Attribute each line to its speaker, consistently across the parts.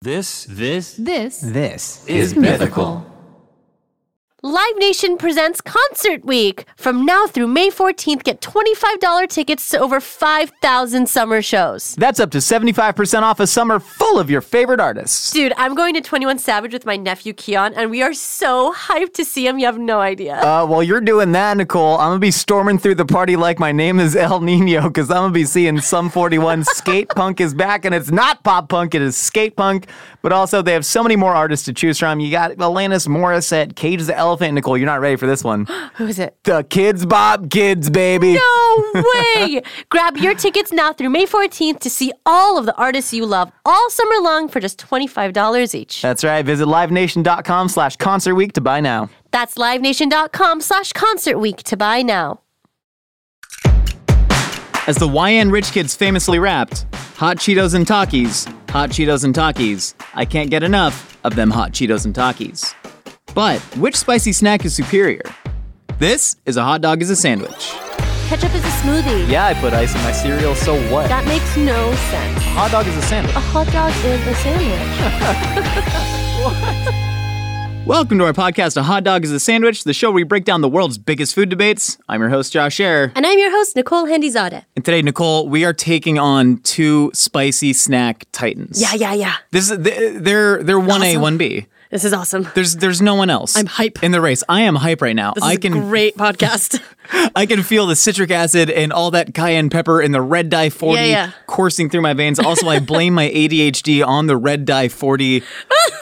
Speaker 1: This, this
Speaker 2: This
Speaker 3: This
Speaker 1: is mythical.
Speaker 4: Live Nation presents Concert Week. From now through May 14th, get $25 tickets to over 5,000 summer shows.
Speaker 3: That's up to 75% off a summer full of your favorite artists.
Speaker 4: Dude, I'm going to 21 Savage with my nephew Keon, and we are so hyped to see him. You have no idea.
Speaker 3: Uh, while you're doing that, Nicole, I'm gonna be storming through the party like my name is El Nino, because I'm gonna be seeing some 41 skate punk is back, and it's not pop punk, it is skate punk. But also, they have so many more artists to choose from. You got Alanis Morissette, Cage the Elephant. Nicole, you're not ready for this one.
Speaker 4: Who is it?
Speaker 3: The Kids Bob Kids, baby.
Speaker 4: No way! Grab your tickets now through May 14th to see all of the artists you love all summer long for just $25 each.
Speaker 3: That's right. Visit livenation.com slash concert week to buy now.
Speaker 4: That's livenation.com slash concert week to buy now.
Speaker 3: As the YN Rich Kids famously rapped, Hot Cheetos and Takis, Hot Cheetos and Takis, I can't get enough of them Hot Cheetos and Takis. But which spicy snack is superior? This is a hot dog as a sandwich.
Speaker 4: Ketchup is a smoothie.
Speaker 3: Yeah, I put ice in my cereal, so what?
Speaker 4: That makes no sense.
Speaker 3: Hot dog is a sandwich.
Speaker 4: A hot dog is a sandwich.
Speaker 3: Welcome to our podcast, A Hot Dog is a Sandwich, the show where we break down the world's biggest food debates. I'm your host, Josh Scherer.
Speaker 4: And I'm your host, Nicole Handizadeh.
Speaker 3: And today, Nicole, we are taking on two spicy snack titans.
Speaker 4: Yeah, yeah, yeah.
Speaker 3: This is, th- they're, they're 1A, 1B.
Speaker 4: This is awesome.
Speaker 3: There's there's no one else.
Speaker 2: I'm hype.
Speaker 3: in the race. I am hype right now.
Speaker 2: This is
Speaker 3: I
Speaker 2: a
Speaker 3: can
Speaker 2: great podcast.
Speaker 3: I can feel the citric acid and all that cayenne pepper and the red dye 40
Speaker 2: Yeah, yeah.
Speaker 3: coursing through my veins. Also, I blame my ADHD on the red dye 40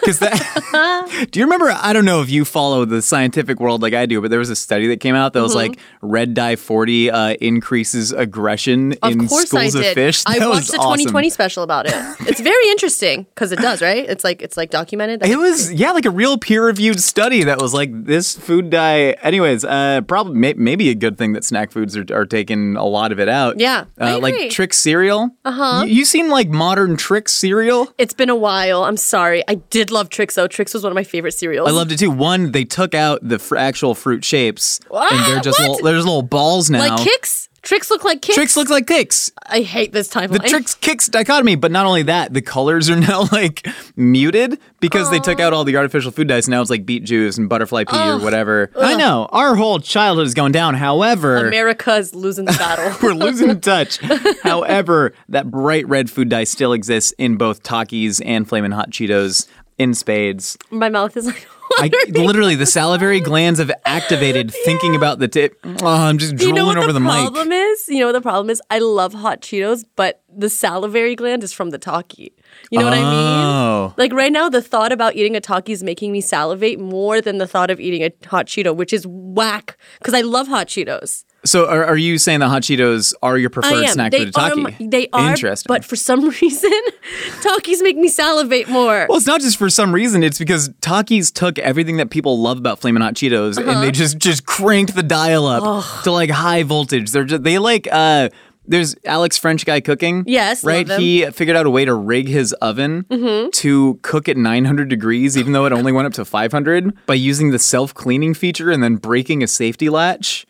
Speaker 3: cuz that Do you remember I don't know if you follow the scientific world like I do, but there was a study that came out that was
Speaker 2: Mm-hmm.
Speaker 3: like red dye 40 uh, increases aggression in
Speaker 2: of course I
Speaker 3: schools
Speaker 2: did.
Speaker 3: of fish.
Speaker 2: I
Speaker 3: That was
Speaker 2: watched the
Speaker 3: awesome.
Speaker 2: 2020 special about it. It's very interesting because it does, right? It's like it's like documented. That
Speaker 3: It was yeah, like a real peer-reviewed study that was like this food dye. Anyways, uh, probably may, maybe a good thing that snack foods are, are taking a lot of it out.
Speaker 2: Yeah, I
Speaker 3: uh, like
Speaker 2: agree. Uh-huh.
Speaker 3: trick cereal. Uh huh. You, you seem like modern trick cereal.
Speaker 2: It's been a while. I'm sorry. I did love Trix though. Trix was one of my favorite cereals.
Speaker 3: I loved it too. One, they took out the fr- actual fruit shapes, and they're
Speaker 2: What?
Speaker 3: just little, there's little balls now.
Speaker 2: like kicks. Trix look like kicks.
Speaker 3: Tricks look like kicks.
Speaker 2: I hate this timeline.
Speaker 3: The tricks kicks dichotomy, but not only that, the colors are now like muted because they took out all the artificial food dyes. Now it's like beet juice and butterfly pea or whatever. I know our whole childhood is going down. However,
Speaker 2: America's losing the battle.
Speaker 3: we're losing touch. However, that bright red food dye still exists in both Takis and Flamin' Hot Cheetos in spades.
Speaker 4: My mouth is like,
Speaker 3: I, literally, the salivary glands have activated thinking about the tip. Oh, I'm just
Speaker 2: you
Speaker 3: drooling
Speaker 2: know what
Speaker 3: over
Speaker 2: the,
Speaker 3: the,
Speaker 2: problem
Speaker 3: mic.
Speaker 2: is? You know what the problem is? I love hot Cheetos, but the salivary gland is from the Takis. You know what I mean?
Speaker 3: Oh.
Speaker 2: Like right now, the thought about eating a Takis is making me salivate more than the thought of eating a hot Cheeto, which is whack because I love hot Cheetos.
Speaker 3: So are, are you saying the hot Cheetos are your preferred
Speaker 2: I am.
Speaker 3: snack
Speaker 2: they
Speaker 3: food at
Speaker 2: are.
Speaker 3: Taki?
Speaker 2: my- They are.
Speaker 3: Interesting.
Speaker 2: But for some reason, Takis make me salivate more.
Speaker 3: well, it's not just for some reason. It's because Takis took everything that people love about Flamin' Hot Cheetos and
Speaker 2: Uh-huh.
Speaker 3: they just just cranked the dial up to like high voltage. They're just, they like uh there's Alex French guy cooking.
Speaker 2: Yes, love
Speaker 3: right.
Speaker 2: him. Mm-hmm.
Speaker 3: He figured out a way to rig his oven to cook at 900 degrees, even though it only went up to 500, by using the self cleaning feature and then breaking a safety latch.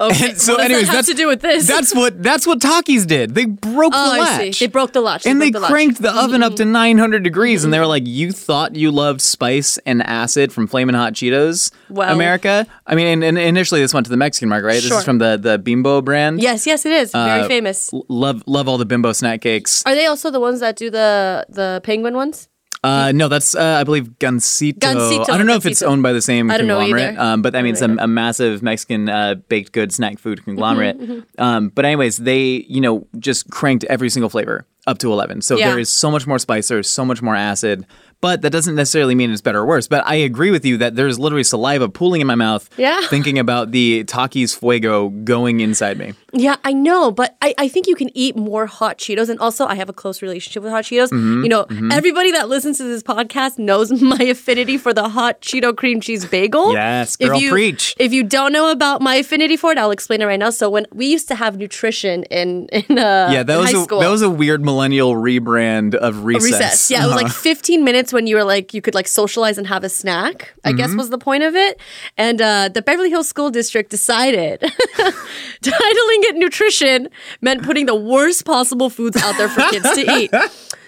Speaker 2: okay.
Speaker 3: And so,
Speaker 2: what does
Speaker 3: anyways,
Speaker 2: that have
Speaker 3: that's-
Speaker 2: to do with this.
Speaker 3: That's what that's what Takis did. They broke
Speaker 2: oh,
Speaker 3: the latch
Speaker 2: I see. They broke the latch.
Speaker 3: and they
Speaker 2: broke the latch.
Speaker 3: cranked the oven up to
Speaker 2: Mm-hmm.
Speaker 3: 900 degrees and they were like you thought you loved spice and acid from flamin' hot cheetos
Speaker 2: Well-
Speaker 3: america i mean and, and initially this went to the mexican market right this
Speaker 2: Sure.
Speaker 3: is from the, the bimbo brand
Speaker 2: Yes, yes, it is
Speaker 3: Uh,
Speaker 2: very famous.
Speaker 3: L- love love all the bimbo snack cakes
Speaker 2: Are they also the ones that do the the penguin ones?
Speaker 3: uh no that's uh, i believe gansito
Speaker 2: Gansito,
Speaker 3: i don't know if it's
Speaker 2: Gansito.
Speaker 3: owned by the same
Speaker 2: I don't know
Speaker 3: conglomerate
Speaker 2: either.
Speaker 3: um but i mean it's a, a massive mexican uh, baked good snack
Speaker 2: Mm-hmm,
Speaker 3: food conglomerate um but anyways they you know just cranked every single flavor up to 11 so
Speaker 2: Yeah.
Speaker 3: there is so much more spice there's so much more acid but that doesn't necessarily mean it's better or worse but i agree with you that there's literally saliva pooling in my mouth
Speaker 2: Yeah.
Speaker 3: thinking about the takis fuego going inside me
Speaker 2: Yeah, I know, but I, I think you can eat more hot Cheetos. And also, I have a close relationship with hot Cheetos.
Speaker 3: Mm-hmm,
Speaker 2: You know, everybody that listens to this podcast knows my affinity for the hot Cheeto cream cheese bagel.
Speaker 3: Yes, girl,
Speaker 2: if you,
Speaker 3: preach.
Speaker 2: If you don't know about my affinity for it, I'll explain it right now. So when we used to have nutrition in in uh,
Speaker 3: yeah that
Speaker 2: in
Speaker 3: was
Speaker 2: high
Speaker 3: a,
Speaker 2: school.
Speaker 3: that was a weird millennial rebrand of recess, Uh-huh.
Speaker 2: recess. Yeah, it was like 15 minutes when you were like you could like socialize and have a snack. I
Speaker 3: Mm-hmm.
Speaker 2: guess was the point of it. And uh, the Beverly Hills School District decided titling it nutrition meant putting the worst possible foods out there for kids to eat.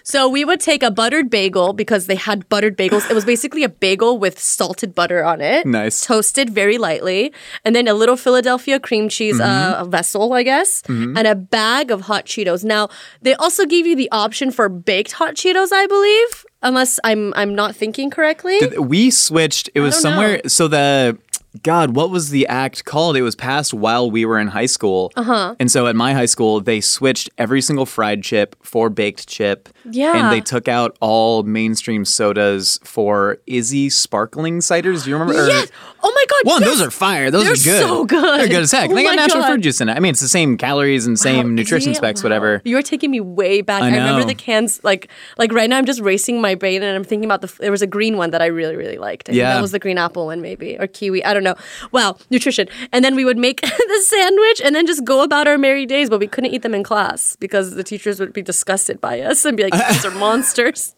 Speaker 2: So we would take a buttered bagel because they had buttered bagels. It was basically a bagel with salted butter on it.
Speaker 3: Nice.
Speaker 2: Toasted very lightly. And then a little Philadelphia cream cheese
Speaker 3: Mm-hmm.
Speaker 2: uh, vessel, I guess, and a bag of hot Cheetos. Now, they also give you the option for baked hot Cheetos, I believe, unless I'm I'm not thinking correctly.
Speaker 3: Did- we switched. It was
Speaker 2: don't
Speaker 3: somewhere.
Speaker 2: know.
Speaker 3: So the God, what was the act called? It was passed while we were in high school. Uh huh.
Speaker 2: Uh-huh.
Speaker 3: And so at my high school, they switched every single fried chip for baked chip.
Speaker 2: Yeah.
Speaker 3: And they took out all mainstream sodas for Izzy sparkling ciders. Do you remember? Or-
Speaker 2: yes. Oh my god.
Speaker 3: One,
Speaker 2: yes!
Speaker 3: those are fire. Those are
Speaker 2: They're
Speaker 3: good.
Speaker 2: so good.
Speaker 3: They're good as heck.
Speaker 2: Oh
Speaker 3: they got
Speaker 2: my
Speaker 3: natural
Speaker 2: God.
Speaker 3: fruit juice in it. I mean, it's the same calories and same
Speaker 2: Wow,
Speaker 3: nutrition
Speaker 2: Izzy,
Speaker 3: specs,
Speaker 2: wow.
Speaker 3: whatever.
Speaker 2: You're taking me way back.
Speaker 3: I
Speaker 2: I, remember
Speaker 3: know.
Speaker 2: the cans like like right now I'm just racing my brain and I'm thinking about the f- there was a green one that I really really liked. I think
Speaker 3: Yeah.
Speaker 2: that was the green apple one maybe or kiwi, I don't know. Wow, nutrition. And then we would make the sandwich and then just go about our merry days, but we couldn't eat them in class because the teachers would be disgusted by us and be like these are monsters.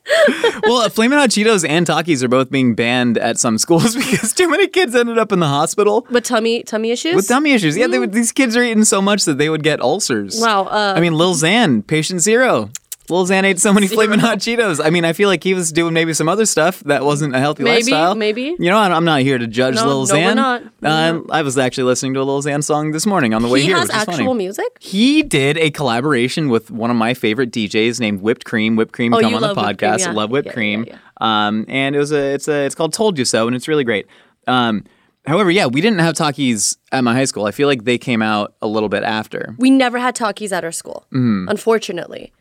Speaker 3: well, uh, Flamin' Hot Cheetos and Takis are both being banned at some schools because too many kids ended up in the hospital.
Speaker 2: But tummy tummy issues?
Speaker 3: With tummy issues. Yeah, they would, these kids are eating so much that they would get ulcers.
Speaker 2: Wow, Hmm. uh,
Speaker 3: I mean, Lil Xan, patient zero. Lil Xan ate so many flaming hot Cheetos. I mean, I feel like he was doing maybe some other stuff that wasn't a healthy
Speaker 2: Maybe,
Speaker 3: lifestyle.
Speaker 2: maybe.
Speaker 3: You know, I- I'm not here to judge
Speaker 2: No,
Speaker 3: Lil
Speaker 2: no,
Speaker 3: Xan.
Speaker 2: we're not. We're
Speaker 3: Uh, I was actually listening to a Lil Xan song this morning on the way
Speaker 2: he
Speaker 3: here.
Speaker 2: has
Speaker 3: which is
Speaker 2: actual
Speaker 3: funny.
Speaker 2: music?
Speaker 3: He did a collaboration with one of my favorite DJs named Whipped Cream. Whipped Cream
Speaker 2: Oh,
Speaker 3: come
Speaker 2: you
Speaker 3: on the
Speaker 2: love Whipped Cream,
Speaker 3: podcast. I
Speaker 2: yeah.
Speaker 3: love Whipped
Speaker 2: Yeah, yeah,
Speaker 3: Cream. Um, and it was a it's a it's called Told You So, and it's really great. Um, however, yeah, we didn't have Takis at my high school. I feel like they came out a little bit after.
Speaker 2: We never had talkies at our school.
Speaker 3: Mm-hmm.
Speaker 2: Unfortunately.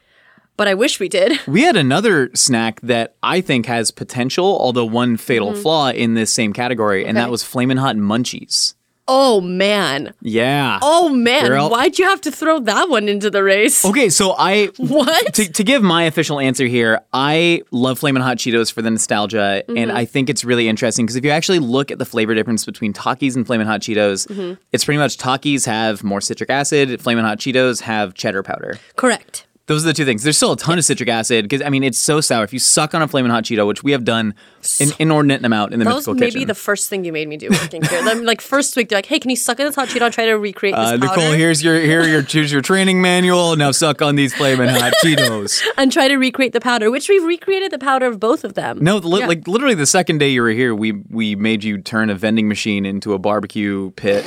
Speaker 2: But I wish we did.
Speaker 3: We had another snack that I think has potential, although one fatal flaw in this same category, and that
Speaker 2: Mm-hmm. Okay.
Speaker 3: was Flamin' Hot Munchies.
Speaker 2: Oh man.
Speaker 3: Yeah.
Speaker 2: Oh man,
Speaker 3: Girl.
Speaker 2: why'd you have to throw that one into the race?
Speaker 3: Okay, so I
Speaker 2: What?
Speaker 3: to, to give my official answer here, I love Flamin' Hot Cheetos for the nostalgia, and
Speaker 2: Mm-hmm.
Speaker 3: I think it's really interesting because if you actually look at the flavor difference between Takis and Flamin' Hot Cheetos,
Speaker 2: Mm-hmm.
Speaker 3: it's pretty much Takis have more citric acid, Flamin' Hot Cheetos have cheddar powder.
Speaker 2: Correct.
Speaker 3: Those are the two things. There's still a ton of citric acid because I mean it's so sour. If you suck on a Flamin' Hot Cheeto, which we have done an inordinate amount in the
Speaker 2: That was
Speaker 3: mythical
Speaker 2: maybe
Speaker 3: kitchen.
Speaker 2: the first thing you made me do working here. Then, like first week, they're like, "Hey, can you suck in this hot Cheeto and try to recreate this
Speaker 3: uh,
Speaker 2: powder
Speaker 3: Nicole, here's your here your choose your training manual. Now suck on these Flamin' Hot Cheetos.
Speaker 2: and try to recreate the powder?" Which we've recreated the powder of both of them.
Speaker 3: No, li-
Speaker 2: Yeah.
Speaker 3: like literally the second day you were here, we we made you turn a vending machine into a barbecue pit,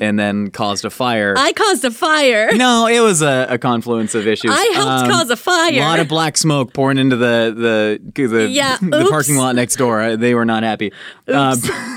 Speaker 3: and then caused a fire.
Speaker 2: I caused a fire.
Speaker 3: no, it was a, a confluence of issues.
Speaker 2: I helped cause a fire.
Speaker 3: A lot of black smoke pouring into the the the,
Speaker 2: Yeah,
Speaker 3: the
Speaker 2: oops.
Speaker 3: parking lot next door. Uh, They were not happy. Um,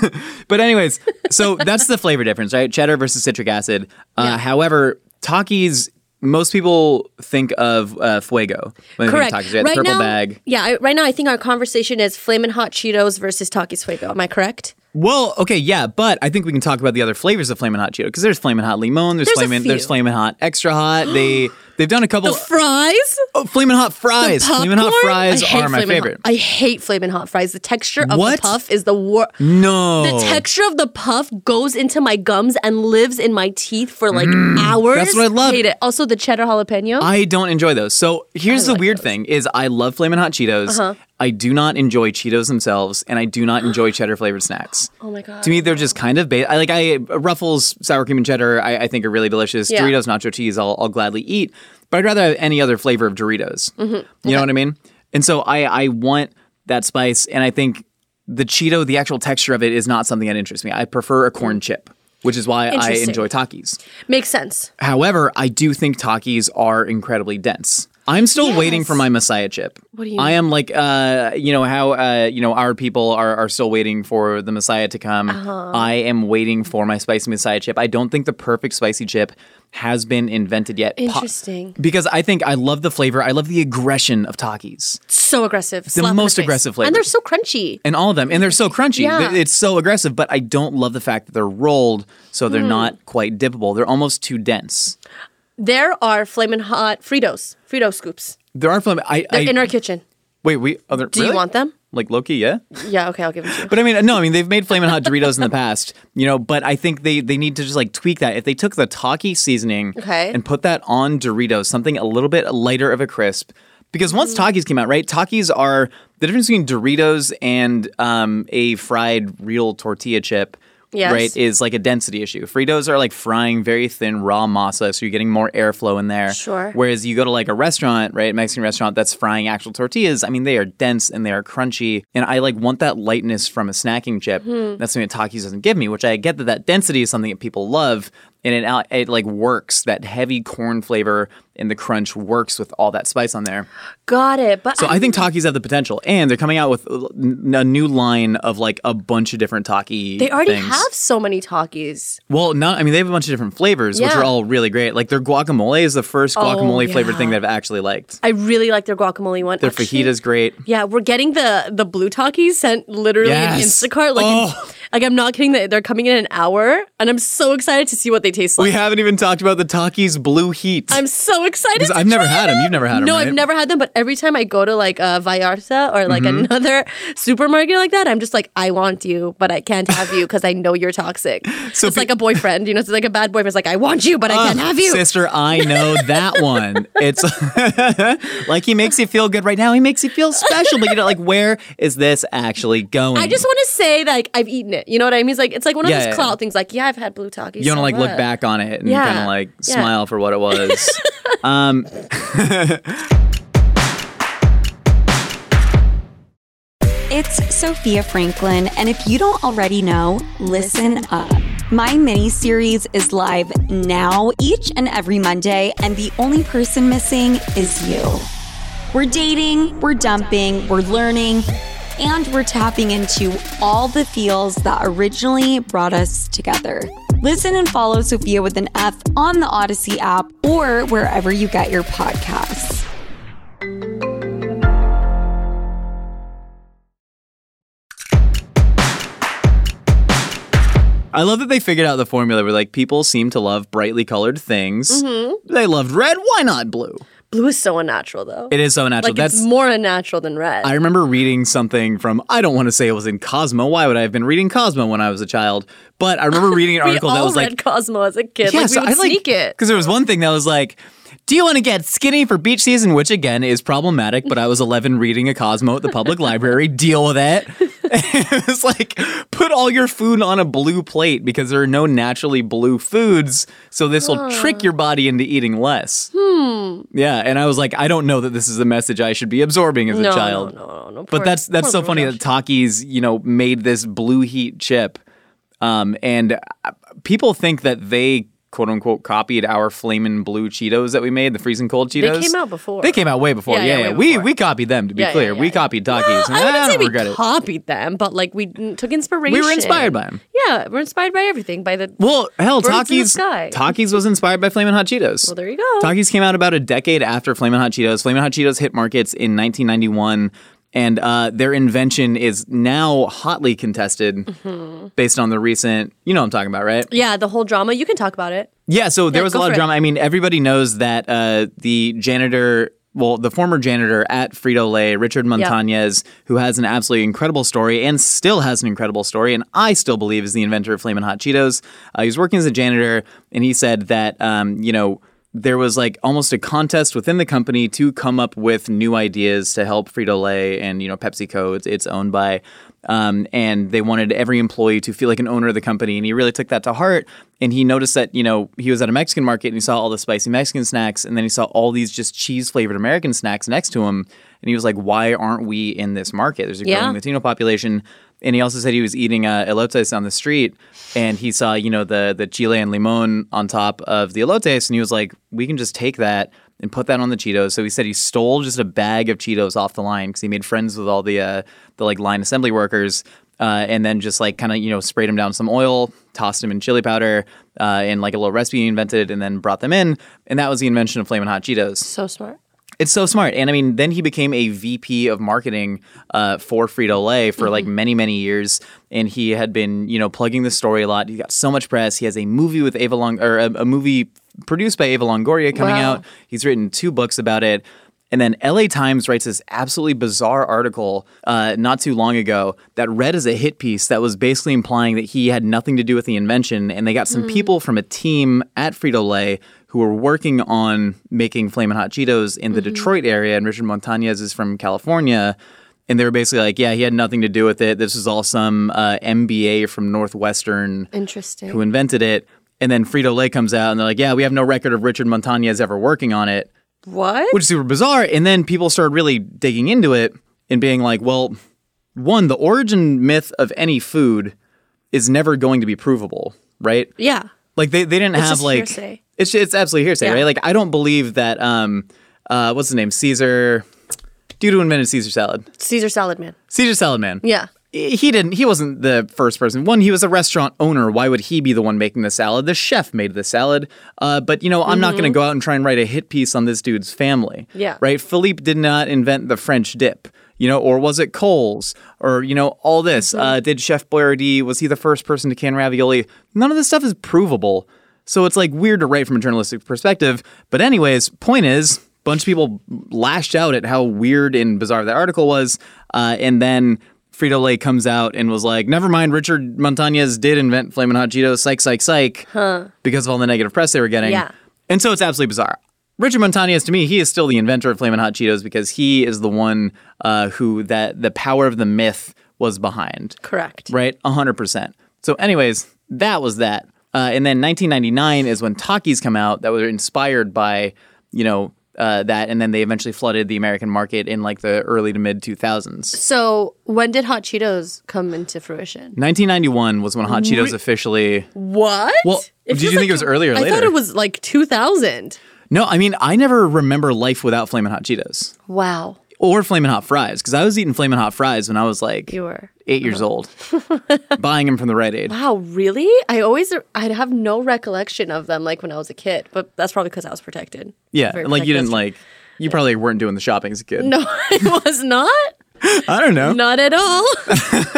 Speaker 3: but anyways, so that's the flavor difference, right? Cheddar versus citric acid. Uh, However, Takis. Most people think of uh, Fuego when
Speaker 2: Correct.
Speaker 3: they think of Takis, right? The purple
Speaker 2: now,
Speaker 3: bag.
Speaker 2: yeah. I, right now, I think our conversation is flamin' hot Cheetos versus Takis Fuego. Am I correct?
Speaker 3: Well, okay, yeah, but I think we can talk about the other flavors of Flamin' Hot Cheeto because there's Flamin' Hot Limon, there's,
Speaker 2: There's a
Speaker 3: Flamin'
Speaker 2: few.
Speaker 3: there's Flamin' Hot Extra Hot. They they've done a couple.
Speaker 2: The fries.
Speaker 3: oh, Flamin' Hot fries, Flamin' Hot
Speaker 2: Popcorn?
Speaker 3: fries
Speaker 2: I hate
Speaker 3: are my
Speaker 2: Flamin' Hot-
Speaker 3: favorite.
Speaker 2: I hate flamin' hot fries. The texture of
Speaker 3: What?
Speaker 2: the puff is the worst.
Speaker 3: no,
Speaker 2: The texture of the puff goes into my gums and lives in my teeth for like
Speaker 3: Mm.
Speaker 2: hours.
Speaker 3: that's what I love.
Speaker 2: Hate it. Also, the cheddar jalapeno.
Speaker 3: I don't enjoy those. So here's the weird thing: is I love Flamin' Hot Cheetos.
Speaker 2: Uh-huh.
Speaker 3: I do not enjoy Cheetos themselves, and I do not enjoy cheddar flavored snacks.
Speaker 2: oh my god.
Speaker 3: To me, they're just kind of ba- I like I Ruffles sour cream and cheddar. I, I think are really delicious.
Speaker 2: Yeah.
Speaker 3: Doritos nacho cheese, I'll, I'll gladly eat, but I'd rather have any other flavor of Doritos.
Speaker 2: Mm-hmm.
Speaker 3: You know what I mean? And so I I want that spice, and I think the Cheeto, the actual texture of it, is not something that interests me. I prefer a corn chip, which is why I
Speaker 2: Mm. Interesting.
Speaker 3: enjoy Takis.
Speaker 2: Makes sense.
Speaker 3: However, I do think Takis are incredibly dense. I'm still waiting for my Messiah chip. What do you? I am like, uh, you know how uh, you know our people are, are still waiting for the Messiah to come. I am waiting for my spicy Messiah chip. I don't think the perfect spicy chip has been invented yet. Po-
Speaker 2: Interesting.
Speaker 3: because I think I love the flavor. I love the aggression of Takis
Speaker 2: So aggressive. Slap in
Speaker 3: most
Speaker 2: face.
Speaker 3: aggressive flavor.
Speaker 2: And they're so crunchy.
Speaker 3: and all of them, and they're so crunchy.
Speaker 2: Yeah.
Speaker 3: Th- It's so aggressive, but I don't love the fact that they're rolled, so they're not quite dippable. They're almost too dense.
Speaker 2: There are flamin' hot Fritos. Frito scoops.
Speaker 3: There are flam- I,
Speaker 2: They're
Speaker 3: I
Speaker 2: in our kitchen.
Speaker 3: Wait, we other.
Speaker 2: Do you want them?
Speaker 3: Like Loki, yeah.
Speaker 2: Yeah. Okay, I'll give them to you.
Speaker 3: But I mean, no, I mean they've made flaming hot Doritos in the past, you know. But I think they they need to just like tweak that. If they took the Taki seasoning
Speaker 2: Okay.
Speaker 3: and put that on Doritos, something a little bit lighter of a crisp. Because once
Speaker 2: Mm.
Speaker 3: Takis came out, right? Takis are the difference between Doritos and um, a fried real tortilla chip
Speaker 2: Yes.
Speaker 3: right, is like a density issue. Fritos are like frying very thin raw masa, so you're getting more airflow in there.
Speaker 2: Sure.
Speaker 3: Whereas you go to like a restaurant, right, Mexican restaurant that's frying actual tortillas. I mean, they are dense and they are crunchy, and I like want that lightness from a snacking chip.
Speaker 2: Hmm.
Speaker 3: That's something that Takis doesn't give me, which I get that that density is something that people love, and it out- it like works that heavy corn flavor and the crunch works with all that spice on there.
Speaker 2: Got it. But
Speaker 3: So I think Takis have the potential, and they're coming out with uh, n- a new line of like a bunch of different Taki.
Speaker 2: they already
Speaker 3: things.
Speaker 2: have so many Takis.
Speaker 3: Well, not. I mean, they have a bunch of different flavors, which
Speaker 2: Yeah. Oh,
Speaker 3: are all really great. Like their guacamole is the first guacamole flavored
Speaker 2: yeah.
Speaker 3: thing that I've actually liked.
Speaker 2: I really like their guacamole one.
Speaker 3: Their
Speaker 2: actually.
Speaker 3: fajita's great.
Speaker 2: Yeah, we're getting the the blue talkies sent literally in
Speaker 3: Yes.
Speaker 2: Instacart. Like,
Speaker 3: Oh.
Speaker 2: like I'm not kidding. That they're coming in an hour, and I'm so excited to see what they taste like.
Speaker 3: We haven't even talked about the Takis Blue Heat.
Speaker 2: I'm so excited.
Speaker 3: 'Cause
Speaker 2: to
Speaker 3: I've never
Speaker 2: try
Speaker 3: had 'em. You've never had 'em,
Speaker 2: No,
Speaker 3: right?
Speaker 2: I've never had them. But every time I go to like uh, Vallarta or like
Speaker 3: Mm-hmm.
Speaker 2: another supermarket like that, I'm just like, I want you, but I can't have you because I know you're toxic.
Speaker 3: So
Speaker 2: it's
Speaker 3: pe- Ah,
Speaker 2: like a boyfriend, you know. It's like a bad boyfriend. It's like I want you, but I can't
Speaker 3: Ugh,
Speaker 2: have you.
Speaker 3: sister. I know that one. It's like he makes you feel good right now. He makes you feel special, but you know, like where is this actually going?
Speaker 2: I just want to say like I've eaten it. You know what I mean? It's like it's like one of
Speaker 3: Yeah,
Speaker 2: those
Speaker 3: yeah,
Speaker 2: clout
Speaker 3: yeah.
Speaker 2: things. Like yeah, I've had blue talkies.
Speaker 3: you want to
Speaker 2: so
Speaker 3: like look
Speaker 2: what?
Speaker 3: back on it and
Speaker 2: Yeah.
Speaker 3: kind of like
Speaker 2: Yeah.
Speaker 3: smile for what it was.
Speaker 5: It's Sophia Franklin, and if you don't already know, listen up. My mini series is live now each and every Monday, and the only person missing is you. We're dating, we're dumping, we're learning, and we're tapping into all the feels that originally brought us together. Listen and follow Sophia with an F on the Odyssey app or wherever you get your podcasts.
Speaker 3: I love that they figured out the formula where like people seem to love brightly colored things.
Speaker 2: Mm-hmm.
Speaker 3: They loved red. Why not blue?
Speaker 2: Blue is so unnatural though.
Speaker 3: It is so natural.
Speaker 2: like
Speaker 3: That's
Speaker 2: it's more unnatural than red.
Speaker 3: I remember reading something from I don't want to say it was in Cosmo. Why would I have been reading Cosmo when I was a child? But I remember reading an
Speaker 2: we
Speaker 3: article
Speaker 2: all
Speaker 3: that was
Speaker 2: read
Speaker 3: like
Speaker 2: Cosmo as a kid. like we would sneak it.
Speaker 3: Because there was one thing that was like, do you want to get skinny for beach season? Which again is problematic, but I was 11 reading a Cosmo at the public library. Deal with it. it was like, put all your food on a blue plate because there are no naturally blue foods. So this will trick your body into eating less. Hmm. Yeah. And I was like, I don't know that this is a message I should be absorbing as
Speaker 2: No,
Speaker 3: a child.
Speaker 2: no, no, no, no.
Speaker 3: But
Speaker 2: poor-
Speaker 3: that's that's
Speaker 2: poor
Speaker 3: so
Speaker 2: Blue
Speaker 3: funny
Speaker 2: Josh.
Speaker 3: that Takis, you know, made this blue heat chip, um, and uh, people think that they quote unquote copied our flaming blue Cheetos that we made, the freezing cold Cheetos.
Speaker 2: came out before.
Speaker 3: They came out way before.
Speaker 2: Yeah,
Speaker 3: Yeah,
Speaker 2: yeah,
Speaker 3: yeah.
Speaker 2: way
Speaker 3: We
Speaker 2: before.
Speaker 3: we copied them to be
Speaker 2: Yeah, yeah,
Speaker 3: clear.
Speaker 2: yeah,
Speaker 3: we
Speaker 2: yeah.
Speaker 3: copied Takis. and
Speaker 2: I
Speaker 3: I,
Speaker 2: wouldn't
Speaker 3: don't
Speaker 2: say
Speaker 3: regret
Speaker 2: we
Speaker 3: it.
Speaker 2: copied them, but like we n- took inspiration.
Speaker 3: We were inspired by them.
Speaker 2: Yeah, we're inspired by everything. By the
Speaker 3: Well, hell,
Speaker 2: Birds in the
Speaker 3: Takis
Speaker 2: sky.
Speaker 3: Takis was inspired by Flamin' Hot Cheetos.
Speaker 2: Well, there you go.
Speaker 3: Takis came out about a decade after Flamin' Hot Cheetos. Flamin' Hot Cheetos hit markets in 1991, and uh, their invention is now hotly contested
Speaker 2: Mm-hmm.
Speaker 3: based on the recent. You know what I'm talking about, right?
Speaker 2: yeah, the whole drama. You can talk about it.
Speaker 3: Yeah, so there
Speaker 2: Yeah,
Speaker 3: was a
Speaker 2: go
Speaker 3: lot
Speaker 2: for
Speaker 3: of
Speaker 2: it.
Speaker 3: drama. I mean, everybody knows that uh, the janitor, well, the former janitor at Frito Lay, Richard Montañez, who has an absolutely incredible story and still has an incredible story, and I still believe is the inventor of Flamin' Hot Cheetos. Uh, he was working as a janitor, and he said that, um, you know, there was like almost a contest within the company to come up with new ideas to help Frito Lay and you know PepsiCo. It's, it's owned by, um, and they wanted every employee to feel like an owner of the company. And he really took that to heart. And he noticed that you know he was at a Mexican market and he saw all the spicy Mexican snacks, and then he saw all these just cheese flavored American snacks next to him. And he was like, "Why aren't we in this market? There's a
Speaker 2: Yeah.
Speaker 3: growing Latino population." And he also said he was eating uh, elotes on the street, and he saw you know the the chile and limon on top of the elotes, and he was like, "We can just take that and put that on the Cheetos." So he said he stole just a bag of Cheetos off the line because he made friends with all the uh, the like line assembly workers, uh, and then just like kind of you know sprayed them down with some oil, tossed them in chili powder, uh, and like a little recipe he invented, and then brought them in, and that was the invention of Flamin' Hot Cheetos.
Speaker 2: So smart.
Speaker 3: It's so smart. And I mean, then he became a VP of marketing uh, for Frito Lay for like many, many years. And he had been, you know, plugging the story a lot. He got so much press. He has a movie with Ava Long or a, a movie produced by Ava Longoria coming
Speaker 2: Wow.
Speaker 3: out. He's written two books about it. And then LA Times writes this absolutely bizarre article uh, not too long ago that read as a hit piece that was basically implying that he had nothing to do with the invention. And they got some people from a team at Frito Lay who were working on making Flamin' Hot Cheetos in the Detroit area. And Richard Montañez is from California. And they were basically like, yeah, he had nothing to do with it. This is all some uh, MBA from Northwestern
Speaker 2: Interesting.
Speaker 3: who invented it. And then Frito Lay comes out and they're like, yeah, we have no record of Richard Montañez ever working on it,
Speaker 2: what?
Speaker 3: which is super bizarre. And then people started really digging into it and being like, well, one, the origin myth of any food is never going to be provable, right?
Speaker 2: yeah.
Speaker 3: Like they, they didn't have
Speaker 2: just
Speaker 3: like
Speaker 2: hearsay.
Speaker 3: it's it's absolutely hearsay,
Speaker 2: Yeah.
Speaker 3: right? Like I don't believe that um uh what's his name? Caesar dude who invented Caesar salad.
Speaker 2: Caesar salad man.
Speaker 3: Caesar salad man.
Speaker 2: Yeah.
Speaker 3: He didn't he wasn't the first person. One, he was a restaurant owner. Why would he be the one making the salad? The chef made the salad. Uh but you know, I'm not gonna go out and try and write a hit piece on this dude's family.
Speaker 2: Yeah.
Speaker 3: Right? Philippe did not invent the French dip. You know, or was it Cole's? Or, you know, all this. Uh, did Chef Boyardee, was he the first person to can ravioli? None of this stuff is provable. So it's like weird to write from a journalistic perspective. But, anyways, point is, bunch of people lashed out at how weird and bizarre that article was. Uh, and then Frito Lay comes out and was like, never mind, Richard Montañez did invent Flamin' Hot Cheetos, psych, psych, psych, because of all the negative press they were getting.
Speaker 2: Yeah.
Speaker 3: And so it's absolutely bizarre. Richard Montañez, to me, he is still the inventor of Flamin' Hot Cheetos because he is the one uh, who that the power of the myth was behind.
Speaker 2: Correct.
Speaker 3: Right? 100%. So, anyways, that was that. Uh, and then 1999 is when Takis come out that were inspired by, you know, uh, that. And then they eventually flooded the American market in like the early to mid 2000s.
Speaker 2: So when did hot Cheetos come into fruition?
Speaker 3: 1991 was when Hot Cheetos officially.
Speaker 2: What?
Speaker 3: Well, did you
Speaker 2: feels
Speaker 3: think it was earlier or
Speaker 2: I thought
Speaker 3: later?
Speaker 2: it was like 2000.
Speaker 3: No, I mean, I never remember life without Flamin' Hot Cheetos.
Speaker 2: Wow.
Speaker 3: or flaming hot fries because I was eating flaming hot fries when I was like
Speaker 2: You were.
Speaker 3: eight years old, buying them from the Rite Aid.
Speaker 2: Wow, really? I always I'd have no recollection of them like when I was a kid, but that's probably because I was protected.
Speaker 3: Yeah,
Speaker 2: Very
Speaker 3: like you
Speaker 2: protected.
Speaker 3: didn't like. You probably weren't doing the shopping as a kid.
Speaker 2: No, I was not.
Speaker 3: I don't know.
Speaker 2: Not at all.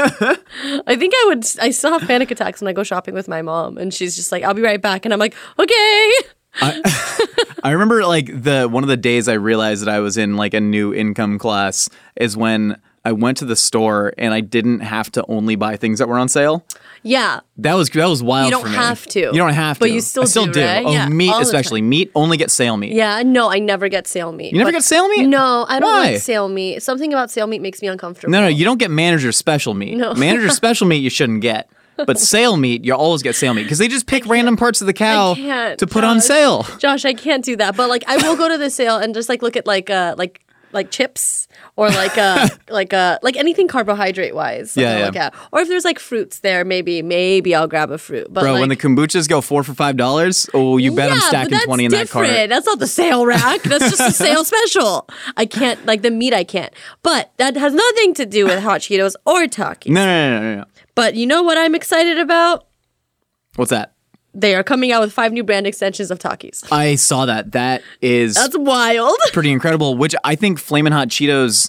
Speaker 2: I think I would. I still have panic attacks when I go shopping with my mom, and she's just like, "I'll be right back," and I'm like, "Okay."
Speaker 3: I remember like the one of the days I realized that I was in like a new income class is when I went to the store and I didn't have to only buy things that were on sale.
Speaker 2: Yeah,
Speaker 3: That was that was wild.
Speaker 2: You don't
Speaker 3: for me.
Speaker 2: have to.
Speaker 3: You don't have to.
Speaker 2: But you still
Speaker 3: I still
Speaker 2: do,
Speaker 3: do.
Speaker 2: right?
Speaker 3: Oh,
Speaker 2: Yeah,
Speaker 3: meat
Speaker 2: all the
Speaker 3: especially meat only get sale meat.
Speaker 2: yeah. No, I never get sale meat.
Speaker 3: You never
Speaker 2: But-
Speaker 3: get sale meat?
Speaker 2: No, I don't
Speaker 3: Why?
Speaker 2: like sale meat. Something about sale meat makes me uncomfortable.
Speaker 3: No, no, you don't get manager special meat.
Speaker 2: No.
Speaker 3: manager special meat you shouldn't get. But sale meat, you always get sale meat because they just pick random parts of the cow
Speaker 2: can't,
Speaker 3: to put on
Speaker 2: Josh.
Speaker 3: sale.
Speaker 2: Josh, I can't do that. But like, I will go to the sale and just like look at like uh like like chips or like uh like uh like anything carbohydrate wise.
Speaker 3: Yeah, yeah.
Speaker 2: Look at. Or if there's like fruits there, maybe maybe I'll grab a fruit. But
Speaker 3: Bro,
Speaker 2: like,
Speaker 3: when the kombuchas go four for five dollars, oh, you bet I'm
Speaker 2: Yeah, but
Speaker 3: stacking
Speaker 2: that's
Speaker 3: twenty in that
Speaker 2: different.
Speaker 3: cart.
Speaker 2: That's not the sale rack. That's just a sale special. I can't like the meat. I can't. But that has nothing to do with hot Cheetos or Takis.
Speaker 3: No, no, no, no, no.
Speaker 2: But you know what I'm excited about?
Speaker 3: What's that?
Speaker 2: They are coming out with five new brand extensions of Takis.
Speaker 3: I saw that. That is
Speaker 2: That's wild.
Speaker 3: pretty incredible. Which I think Flamin' Hot Cheetos.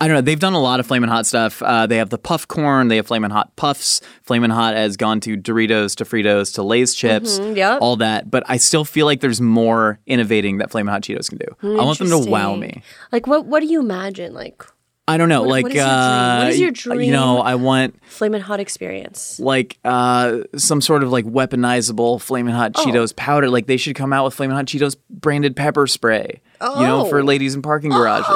Speaker 3: I don't know. They've done a lot of Flamin' Hot stuff. Uh, they have the puff corn. They have Flamin' Hot puffs. Flamin' Hot has gone to Doritos, to Fritos, to Lay's chips,
Speaker 2: Mm-hmm, yep.
Speaker 3: all that. But I still feel like there's more innovating that Flamin' Hot Cheetos can do. I want them to wow
Speaker 2: Interesting.
Speaker 3: me.
Speaker 2: Like what? What do you imagine? Like
Speaker 3: I don't know. like,
Speaker 2: what is your dream?
Speaker 3: uh,
Speaker 2: What is your
Speaker 3: You know,
Speaker 2: dream?
Speaker 3: I want
Speaker 2: flaming hot experience.
Speaker 3: like uh, some sort of like weaponizable Flamin' Hot
Speaker 2: Oh.
Speaker 3: Cheetos powder. Like they should come out with Flamin' Hot Cheetos branded pepper spray. You know, for
Speaker 2: Oh.
Speaker 3: ladies in parking garages.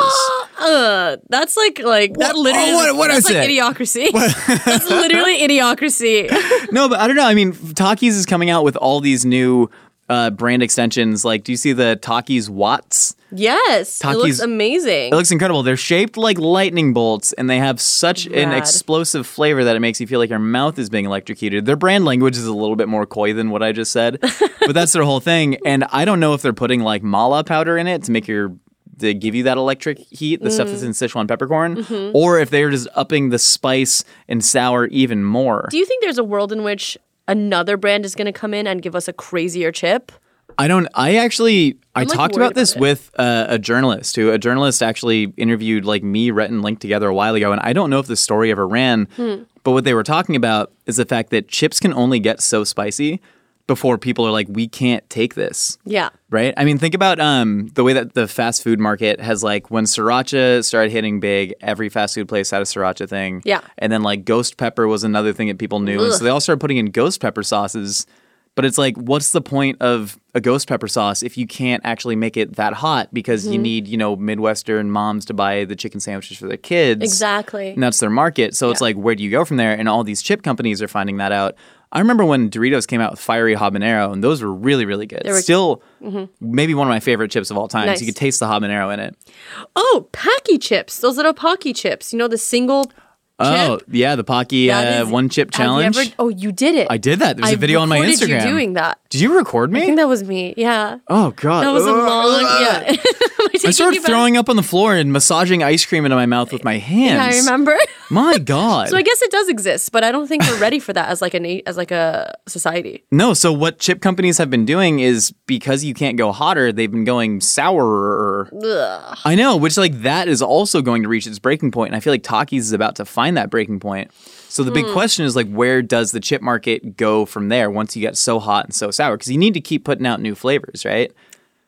Speaker 2: Uh, that's like like that literally.
Speaker 3: oh, what- what
Speaker 2: that's
Speaker 3: I
Speaker 2: like
Speaker 3: said?
Speaker 2: idiocracy. that's literally idiocracy.
Speaker 3: No, but I don't know. I mean, Takis is coming out with all these new uh, brand extensions. Like, do you see the Takis Watts?
Speaker 2: Yes, it looks
Speaker 3: Takis-
Speaker 2: amazing.
Speaker 3: It looks incredible. They're shaped like lightning bolts, and they have such an
Speaker 2: Rad.
Speaker 3: explosive flavor that it makes you feel like your mouth is being electrocuted. Their brand language is a little bit more coy than what I just said, but that's their whole thing. And I don't know if they're putting like mala powder in it to make your to give you that electric heat, the stuff
Speaker 2: Mm.
Speaker 3: that's in Sichuan peppercorn,
Speaker 2: Mm-hmm.
Speaker 3: or if they're just upping the spice and sour even more.
Speaker 2: Do you think there's a world in which another brand is going to come in and give us a crazier chip?
Speaker 3: I don't. I actually i
Speaker 2: like,
Speaker 3: talked
Speaker 2: worried
Speaker 3: about this
Speaker 2: about it.
Speaker 3: with uh, a journalist who a journalist actually interviewed like me, Rhett, and Link together a while ago, and I don't know if this story ever ran,
Speaker 2: Hmm.
Speaker 3: but what they were talking about is the fact that chips can only get so spicy before people are like, we can't take this.
Speaker 2: Yeah.
Speaker 3: Right? I mean, think about um, the way that the fast food market has like when sriracha started hitting big, every fast food place had a sriracha thing.
Speaker 2: Yeah.
Speaker 3: And then like ghost pepper was another thing that people knew. And so they all started putting in ghost pepper sauces But it's like, what's the point of a ghost pepper sauce if you can't actually make it that hot because
Speaker 2: Mm-hmm.
Speaker 3: you need, you know, Midwestern moms to buy the chicken sandwiches for their kids.
Speaker 2: Exactly.
Speaker 3: And that's their market. So it's like, where do you go from there? And all these chip companies are finding that out. I remember when Doritos came out with fiery habanero, and those were really, really good.
Speaker 2: were- Mm-hmm.
Speaker 3: Still, maybe one of my favorite chips of all time.
Speaker 2: Nice.
Speaker 3: So you could taste the habanero in it.
Speaker 2: Oh, Packy chips. Those little Pocky chips. You know the single chip.
Speaker 3: Oh, yeah, the Pocky
Speaker 2: That
Speaker 3: uh,
Speaker 2: is-
Speaker 3: one chip
Speaker 2: Have you
Speaker 3: challenge.
Speaker 2: ever- oh, you did it.
Speaker 3: I did that. There was
Speaker 2: I
Speaker 3: a video on my
Speaker 2: recorded you
Speaker 3: Instagram.
Speaker 2: doing that.
Speaker 3: Did you record me?
Speaker 2: I think that was me. Yeah.
Speaker 3: oh God,
Speaker 2: That was a
Speaker 3: Ugh.
Speaker 2: long. Yeah.
Speaker 3: I
Speaker 2: Am taking
Speaker 3: started
Speaker 2: you back?
Speaker 3: throwing up on the floor and massaging ice cream into my mouth with my hands.
Speaker 2: Yeah, I remember.
Speaker 3: My God.
Speaker 2: so I guess it does exist, but I don't think we're ready for that as like a na- as like a society.
Speaker 3: no, so what chip companies have been doing is because you can't go hotter, they've been going sourer.
Speaker 2: Ugh.
Speaker 3: I know, which like that is also going to reach its breaking point, and I feel like Takis is about to find that breaking point. So the big
Speaker 2: Hmm.
Speaker 3: question is like, where does the chip market go from there once you get so hot and so sour? Because you need to keep putting out new flavors, right?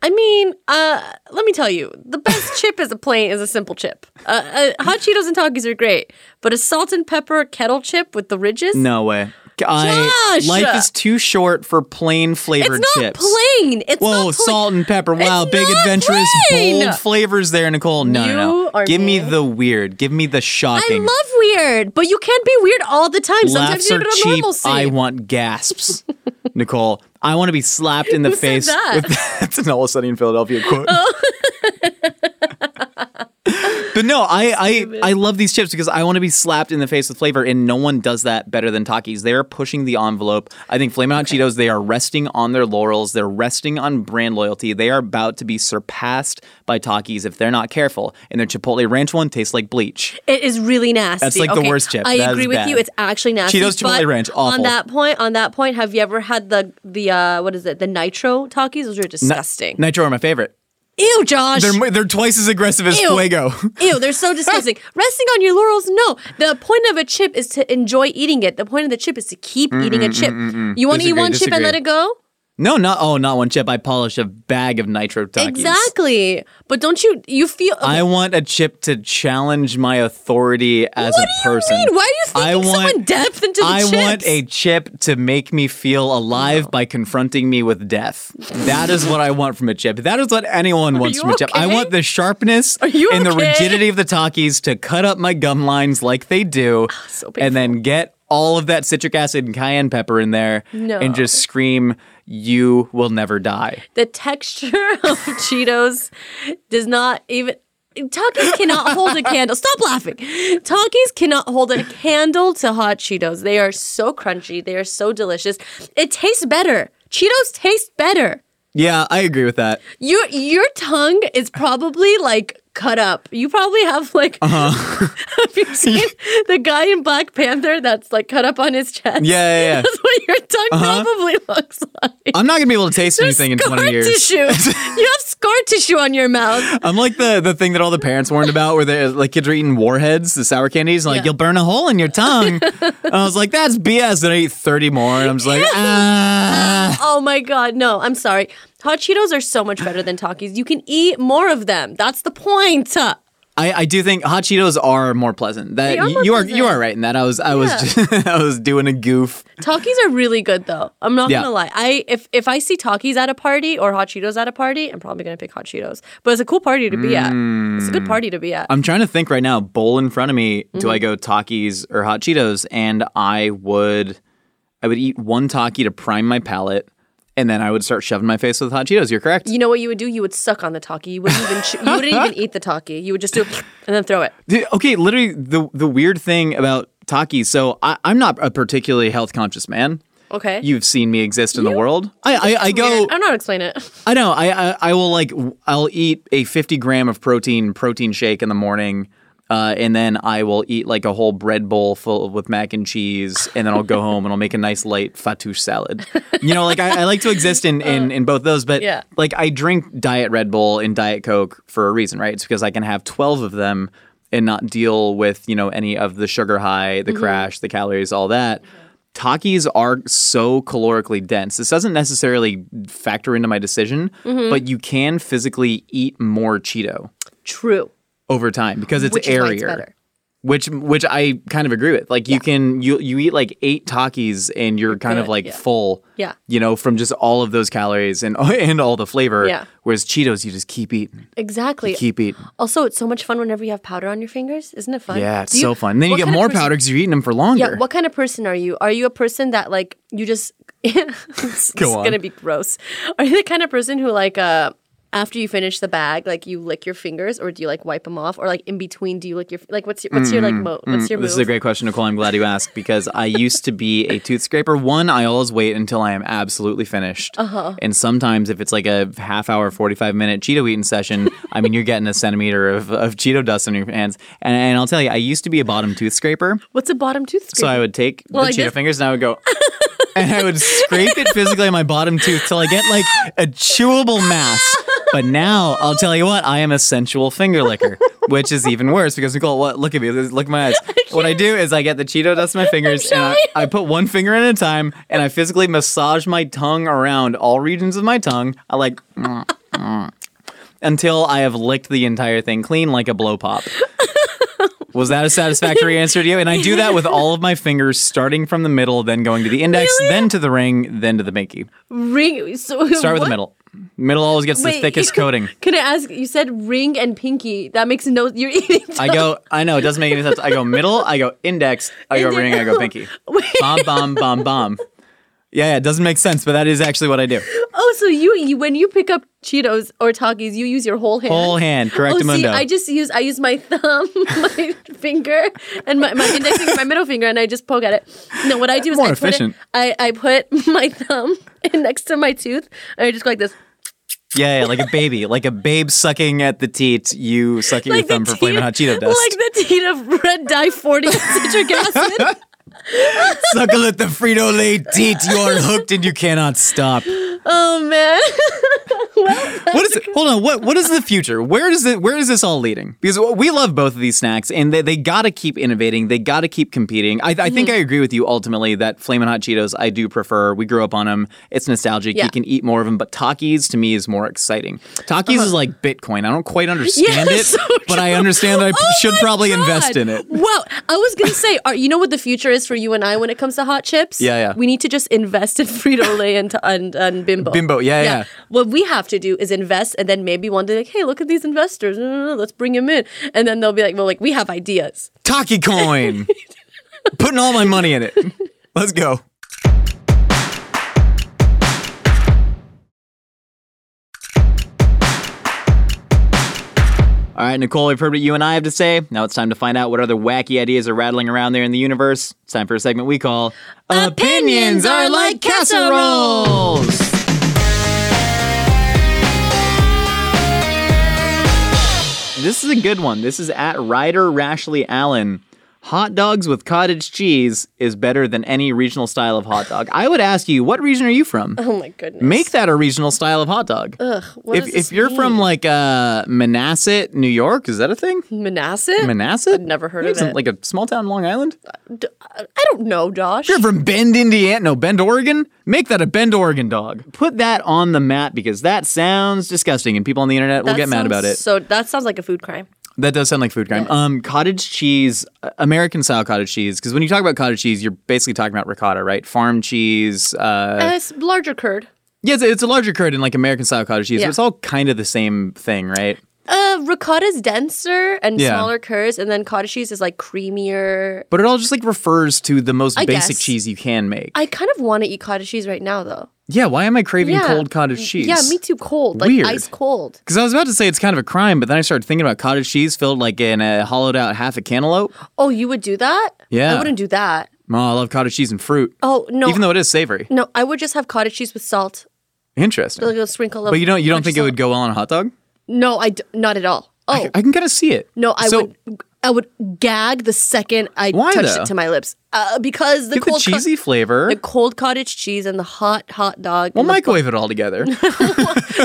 Speaker 2: I mean, uh, let me tell you, the best chip is a plain is a simple chip. Uh, uh, hot Cheetos and Takis are great, but a salt and pepper kettle chip with the ridges.
Speaker 3: No way. I,
Speaker 2: Josh!
Speaker 3: life is too short for plain flavored
Speaker 2: It's not
Speaker 3: chips.
Speaker 2: plain. It's
Speaker 3: Whoa,
Speaker 2: not plain.
Speaker 3: salt and pepper. Wow,
Speaker 2: It's
Speaker 3: big
Speaker 2: not
Speaker 3: adventurous,
Speaker 2: plain.
Speaker 3: bold flavors there, Nicole. No, no,
Speaker 2: You
Speaker 3: no.
Speaker 2: are
Speaker 3: Give me
Speaker 2: mean.
Speaker 3: the weird. Give me the
Speaker 2: I
Speaker 3: shocking.
Speaker 2: love weird, but you can't be weird all the time. Sometimes
Speaker 3: Laughs
Speaker 2: you
Speaker 3: are
Speaker 2: need a
Speaker 3: cheap.
Speaker 2: normalcy.
Speaker 3: I want gasps. Nicole, I want to be slapped in the
Speaker 2: Who said
Speaker 3: face.
Speaker 2: that? Oh.
Speaker 3: With That's an all sunny in Philadelphia quote. but no, I, I I love these chips because I want to be slapped in the face with flavor, and no one does that better than Takis. They are pushing the envelope. I think Flamin' Hot Cheetos. They are resting on their laurels. They're resting on brand loyalty. They are about to be surpassed by Takis if they're not careful. And their Chipotle Ranch one tastes like bleach.
Speaker 2: It is really nasty.
Speaker 3: That's like the
Speaker 2: Okay,
Speaker 3: worst chip.
Speaker 2: I
Speaker 3: That is
Speaker 2: agree with
Speaker 3: bad.
Speaker 2: you. It's actually nasty.
Speaker 3: Cheetos Chipotle
Speaker 2: but
Speaker 3: Ranch,
Speaker 2: On
Speaker 3: awful.
Speaker 2: that point, on that point, have you ever had the the uh, what is it? The nitro talkies? Those are disgusting.
Speaker 3: Nitro are my favorite.
Speaker 2: Ew, Josh.
Speaker 3: They're they're twice as aggressive as
Speaker 2: Ew.
Speaker 3: Fuego.
Speaker 2: Ew, they're so disgusting. Resting on your laurels, no. The point of a chip is to enjoy eating it. The point of the chip is to keep eating a chip. You want to
Speaker 3: Disagree,
Speaker 2: eat one chip and
Speaker 3: disagree.
Speaker 2: let it go?
Speaker 3: No, not oh, not one chip. I polish a bag of nitro Takis.
Speaker 2: Exactly. But don't you you feel
Speaker 3: I want a chip to challenge my authority as
Speaker 2: What
Speaker 3: a
Speaker 2: do you
Speaker 3: person.
Speaker 2: mean? Why are you thinking so in depth into the
Speaker 3: I want
Speaker 2: chips?
Speaker 3: a chip to make me feel alive by confronting me with death. That is what I want from a chip. That is what anyone wants
Speaker 2: you
Speaker 3: from a chip. I
Speaker 2: okay?
Speaker 3: want the sharpness
Speaker 2: you
Speaker 3: and the
Speaker 2: okay?
Speaker 3: rigidity of the Takis to cut up my gum lines like they do,
Speaker 2: Ah, so
Speaker 3: and then get all of that citric acid and cayenne pepper in there, and just scream, "You will never die."
Speaker 2: the texture of Cheetos does not even. Takis cannot hold a candle. Stop laughing. Takis cannot hold a candle to hot Cheetos. They are so crunchy. They are so delicious. It tastes better. Cheetos taste better.
Speaker 3: Yeah, I agree with that.
Speaker 2: Your your tongue is probably like cut up. You probably have like
Speaker 3: Uh-huh.
Speaker 2: have you seen the guy in Black Panther that's like cut up on his chest?
Speaker 3: Yeah, Uh-huh. yeah, yeah.
Speaker 2: That's what your tongue probably looks like.
Speaker 3: I'm not gonna be able to taste
Speaker 2: There's
Speaker 3: anything in 20
Speaker 2: scar
Speaker 3: years.
Speaker 2: Tissue. you have scar tissue on your mouth.
Speaker 3: I'm like the the thing that all the parents warned about, where they like kids are eating warheads, the sour candies, and like
Speaker 2: Yeah.
Speaker 3: you'll burn a hole in your tongue. and I was like, that's BS. Then I eat 30 more, and I'm just like, ah.
Speaker 2: Oh my god, no, I'm sorry. Hot Cheetos are so much better than Takis. You can eat more of them. That's the point.
Speaker 3: I, I do think hot Cheetos are more pleasant. That
Speaker 2: They are more
Speaker 3: you are you
Speaker 2: pleasant.
Speaker 3: are right in that. I was I was I was doing a goof.
Speaker 2: Takis are really good though. I'm not
Speaker 3: Yeah.
Speaker 2: gonna lie. I if if I see Takis at a party or Hot Cheetos at a party, I'm probably gonna pick Hot Cheetos. But it's a cool party to be at. It's a good party to be at.
Speaker 3: Mm. I'm trying to think right now. Bowl in front of me. Do
Speaker 2: Mm-hmm.
Speaker 3: I go Takis or hot Cheetos? And I would, I would eat one Taki to prime my palate, and then I would start shoving my face with hot Cheetos. You're correct.
Speaker 2: you know what you would do? You would suck on the Taki. You wouldn't even chew, you wouldn't even eat the Taki. You would just do it and then throw it.
Speaker 3: Dude, okay, literally the the weird thing about Takis. So I, I'm not a particularly health conscious man.
Speaker 2: Okay.
Speaker 3: You've seen me exist in the world. I I, I go.
Speaker 2: Weird. I'm not explaining it.
Speaker 3: I know. I, I I will like. w- I'll eat a 50 gram of protein protein shake in the morning. Uh, and then I will eat like a whole bread bowl full with mac and cheese, and then I'll go home and I'll make a nice light fattoush salad. You know, like I, I like to exist in, in in both those, but
Speaker 2: Uh, yeah.
Speaker 3: like I drink diet Red Bull and diet Coke for a reason, right? It's because I can have 12 of them and not deal with, you know, any of the sugar high,
Speaker 2: Mm-hmm.
Speaker 3: the crash, the calories, all that. Takis are so calorically dense. This doesn't necessarily factor into my decision,
Speaker 2: Mm-hmm.
Speaker 3: but you can physically eat more Cheeto
Speaker 2: True.
Speaker 3: over time because it's
Speaker 2: Which is why
Speaker 3: airier.
Speaker 2: it's better.
Speaker 3: which which I kind of agree with. Like you can you you eat like eight Takis and you're kind of
Speaker 2: good,
Speaker 3: like
Speaker 2: yeah.
Speaker 3: full.
Speaker 2: Yeah.
Speaker 3: You know, from just all of those calories and and all the flavor.
Speaker 2: Yeah. Oh,
Speaker 3: Whereas Cheetos, you just keep eating,
Speaker 2: Exactly.
Speaker 3: keep eating.
Speaker 2: Also, it's so much fun whenever you have powder on your fingers. Isn't it fun?
Speaker 3: Yeah, it's
Speaker 2: Do you-
Speaker 3: so fun. And then you
Speaker 2: what
Speaker 3: get
Speaker 2: kind of
Speaker 3: more
Speaker 2: person-
Speaker 3: powder because you're eating them for longer.
Speaker 2: Yeah. What kind of person are you? Are you a person that like you just? it's
Speaker 3: Go on.
Speaker 2: gonna be gross. Are you the kind of person who like uh after you finish the bag, like you lick your fingers, or do you like wipe them off, or like in between, do you lick your like what's your what's your like mo- what's
Speaker 3: Mm-hmm.
Speaker 2: your
Speaker 3: Um, This is
Speaker 2: move?
Speaker 3: a great question, Nicole. I'm glad you asked because I used to be a tooth scraper. One, I always wait until I am absolutely finished. Uh-huh. And sometimes, if it's like a half hour, 45 minute Cheeto eating session, I mean, you're getting a centimeter of, of Cheeto dust on your hands. And, and I'll tell you, I used to be a bottom tooth scraper.
Speaker 2: What's a bottom tooth?
Speaker 3: So I
Speaker 2: scraper?
Speaker 3: would take
Speaker 2: Well,
Speaker 3: the
Speaker 2: like
Speaker 3: Cheeto
Speaker 2: this?
Speaker 3: fingers and I would go, and I would scrape it physically on my bottom tooth till I get like a chewable mass. But now I'll tell you what, I am a sensual finger licker, which is even worse because Nicole, what? Look at me, look at my eyes. What I do is I get the Cheeto dust in my fingers and I, I put one finger at a time and I physically massage my tongue around all regions of my tongue. I like. mm, mm, Until I have licked the entire thing clean like a blow pop. Was that a satisfactory answer to you? And I do that with all of my fingers, starting from the middle, then going to the index, then to the ring, then to the pinky.
Speaker 2: ring. So
Speaker 3: Start with
Speaker 2: what?
Speaker 3: the middle. Middle always gets the
Speaker 2: Wait,
Speaker 3: thickest coating.
Speaker 2: Can I ask? You said ring and pinky. That makes no. You're eating.
Speaker 3: I go, I know, it doesn't make any sense. I go middle, I go index, I go ring, I go pinky. Bomb, bomb, bomb, bomb. Yeah, yeah, it doesn't make sense, but that is actually what I do.
Speaker 2: Oh, so you, you when you pick up Cheetos or Takis, you use your whole hand.
Speaker 3: Whole hand,
Speaker 2: Oh,
Speaker 3: correct
Speaker 2: see, I just use I use my thumb, my finger, and my, my index finger, my middle finger, and I just poke at it. No, what I do is
Speaker 3: More
Speaker 2: I put
Speaker 3: efficient.
Speaker 2: it, I I put my thumb in next to my tooth, and I just go like this.
Speaker 3: yeah, yeah, like a baby, like a babe sucking at the teat, you sucking
Speaker 2: Like
Speaker 3: your thumb
Speaker 2: the
Speaker 3: for flaming
Speaker 2: teat-
Speaker 3: hot Cheeto dust.
Speaker 2: Like the teat of red dye 40 citric acid.
Speaker 3: Suckle at the Frito Lay teat, you are hooked and you cannot stop.
Speaker 2: Oh man.
Speaker 3: what is it? Hold on. What what is the future? Where does it? Where is this all leading? Because we love both of these snacks, and they, they got to keep innovating. They got to keep competing. I, I
Speaker 2: Mm-hmm.
Speaker 3: think I agree with you ultimately that Flamin' Hot Cheetos I do prefer. We grew up on them. It's nostalgic.
Speaker 2: Yeah.
Speaker 3: You can eat more of them. But Takis to me is more exciting. Takis is like Bitcoin. I don't quite understand
Speaker 2: Uh-huh. Yeah,
Speaker 3: it,
Speaker 2: so
Speaker 3: but I understand that I
Speaker 2: Oh
Speaker 3: should
Speaker 2: my
Speaker 3: probably
Speaker 2: God.
Speaker 3: invest in it.
Speaker 2: Well, I was gonna say, are, you know what the future is for you and I when it comes to hot chips?
Speaker 3: Yeah, yeah.
Speaker 2: We need to just invest in Frito Lay and, and and Bimbo.
Speaker 3: Bimbo, yeah, yeah.
Speaker 2: What we have to do is invest, and then maybe one day, like, hey, look at these investors. No, no, no, let's bring them in, and then they'll be like, well, like we have ideas.
Speaker 3: Taki coin. Putting all my money in it. Let's go. All right, Nicole, we've heard what you and I have to say. Now it's time to find out what other wacky ideas are rattling around there in the universe. It's time for a segment we call
Speaker 2: Opinions Are Like Casseroles.
Speaker 3: This is a good one. This is at Ryder Rashley Allen. Hot dogs with cottage cheese is better than any regional style of hot dog. I would ask you, what region are you from?
Speaker 2: Oh my goodness.
Speaker 3: Make that a regional style of hot dog. Ugh,
Speaker 2: what
Speaker 3: if
Speaker 2: does
Speaker 3: if
Speaker 2: this
Speaker 3: you're from like uh, Manasset, New York, is that a thing?
Speaker 2: Manassas.
Speaker 3: Manasset?
Speaker 2: never heard
Speaker 3: Yeah,
Speaker 2: of
Speaker 3: some-
Speaker 2: it.
Speaker 3: Like a small town, in Long Island.
Speaker 2: I don't know, Josh.
Speaker 3: You're from Bend, Indiana. No, Bend, Oregon. Make that a Bend, Oregon dog. Put that on the map because that sounds disgusting, and people on the internet will
Speaker 2: That
Speaker 3: get mad
Speaker 2: sounds
Speaker 3: about it.
Speaker 2: So that sounds like a food crime.
Speaker 3: That does sound like food crime. Um, cottage cheese, uh, American style cottage cheese. Because when you talk about cottage cheese, you're basically talking about ricotta, right? Farm cheese. Uh,
Speaker 2: Uh, it's larger curd.
Speaker 3: yeah, it's, it's a larger curd in like American style cottage cheese, but
Speaker 2: Yeah.
Speaker 3: it's all kind of the same thing, right?
Speaker 2: Uh, ricotta's denser and
Speaker 3: Yeah.
Speaker 2: smaller curds, and then cottage cheese is like creamier.
Speaker 3: But it all just like refers to the most
Speaker 2: I
Speaker 3: basic
Speaker 2: guess.
Speaker 3: cheese you can make.
Speaker 2: I kind of want to eat cottage cheese right now, though.
Speaker 3: yeah, why am I craving
Speaker 2: Yeah.
Speaker 3: cold cottage cheese?
Speaker 2: Yeah, me too. Cold, like
Speaker 3: Weird.
Speaker 2: ice cold.
Speaker 3: Because I was about to say it's kind of a crime, but then I started thinking about cottage cheese filled like in a hollowed out half a cantaloupe.
Speaker 2: Oh, you would do that?
Speaker 3: Yeah.
Speaker 2: I wouldn't do that.
Speaker 3: Oh, I love cottage cheese and fruit.
Speaker 2: Oh no.
Speaker 3: Even though it is savory.
Speaker 2: no, I would just have cottage cheese with salt,
Speaker 3: Interesting.
Speaker 2: like a sprinkle of.
Speaker 3: but you don't you don't think it would
Speaker 2: salt.
Speaker 3: go well on a hot dog?
Speaker 2: No, I d- not at all. Oh
Speaker 3: I can kind of see it.
Speaker 2: no, I
Speaker 3: So-
Speaker 2: would. I would gag the second I
Speaker 3: Why,
Speaker 2: touched
Speaker 3: though?
Speaker 2: it to my lips uh, because the
Speaker 3: Get the
Speaker 2: cold co-
Speaker 3: cheesy flavor.
Speaker 2: the cold cottage cheese and the hot hot dog.
Speaker 3: We'll
Speaker 2: and the-
Speaker 3: microwave it all together.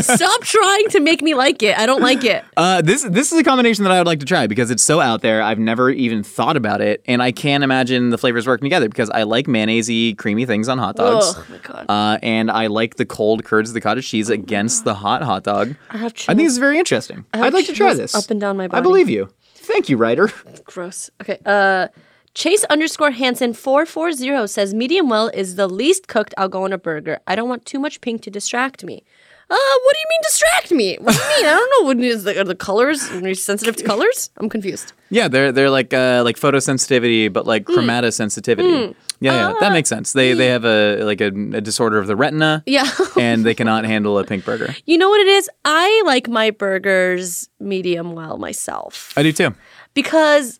Speaker 2: Stop trying to make me like it. I don't like it.
Speaker 3: uh, this this is a combination that I would like to try because it's so out there. I've never even thought about it, and I can't imagine the flavors working together because I like mayonnaisey, creamy things on hot dogs.
Speaker 2: Oh my god.
Speaker 3: Uh, and I like the cold curds of the cottage cheese against the hot hot dog. I,
Speaker 2: have
Speaker 3: think this is very interesting.
Speaker 2: have
Speaker 3: I'd like to try
Speaker 2: chills
Speaker 3: this.
Speaker 2: up and down my
Speaker 3: I
Speaker 2: body.
Speaker 3: believe you.
Speaker 6: Thank you, writer.
Speaker 2: Gross. Okay. Uh, Chase underscore Hansen four four zero says medium well is the least cooked. I'll go on a burger. I don't want too much pink to distract me. Uh, what do you mean distract me? What do you mean? I don't know. What is the, are the colors? Are you sensitive to colors? I'm confused.
Speaker 3: Yeah, they're they're like uh, like photosensitivity, but
Speaker 2: Hmm.
Speaker 3: like chromatosensitivity. Yeah, yeah,
Speaker 2: Ah.
Speaker 3: that makes sense. They they have a like a, a disorder of the retina.
Speaker 2: Yeah.
Speaker 3: and they cannot handle a pink burger.
Speaker 2: You know what it is? I like my burgers medium well myself
Speaker 3: I do too.
Speaker 2: because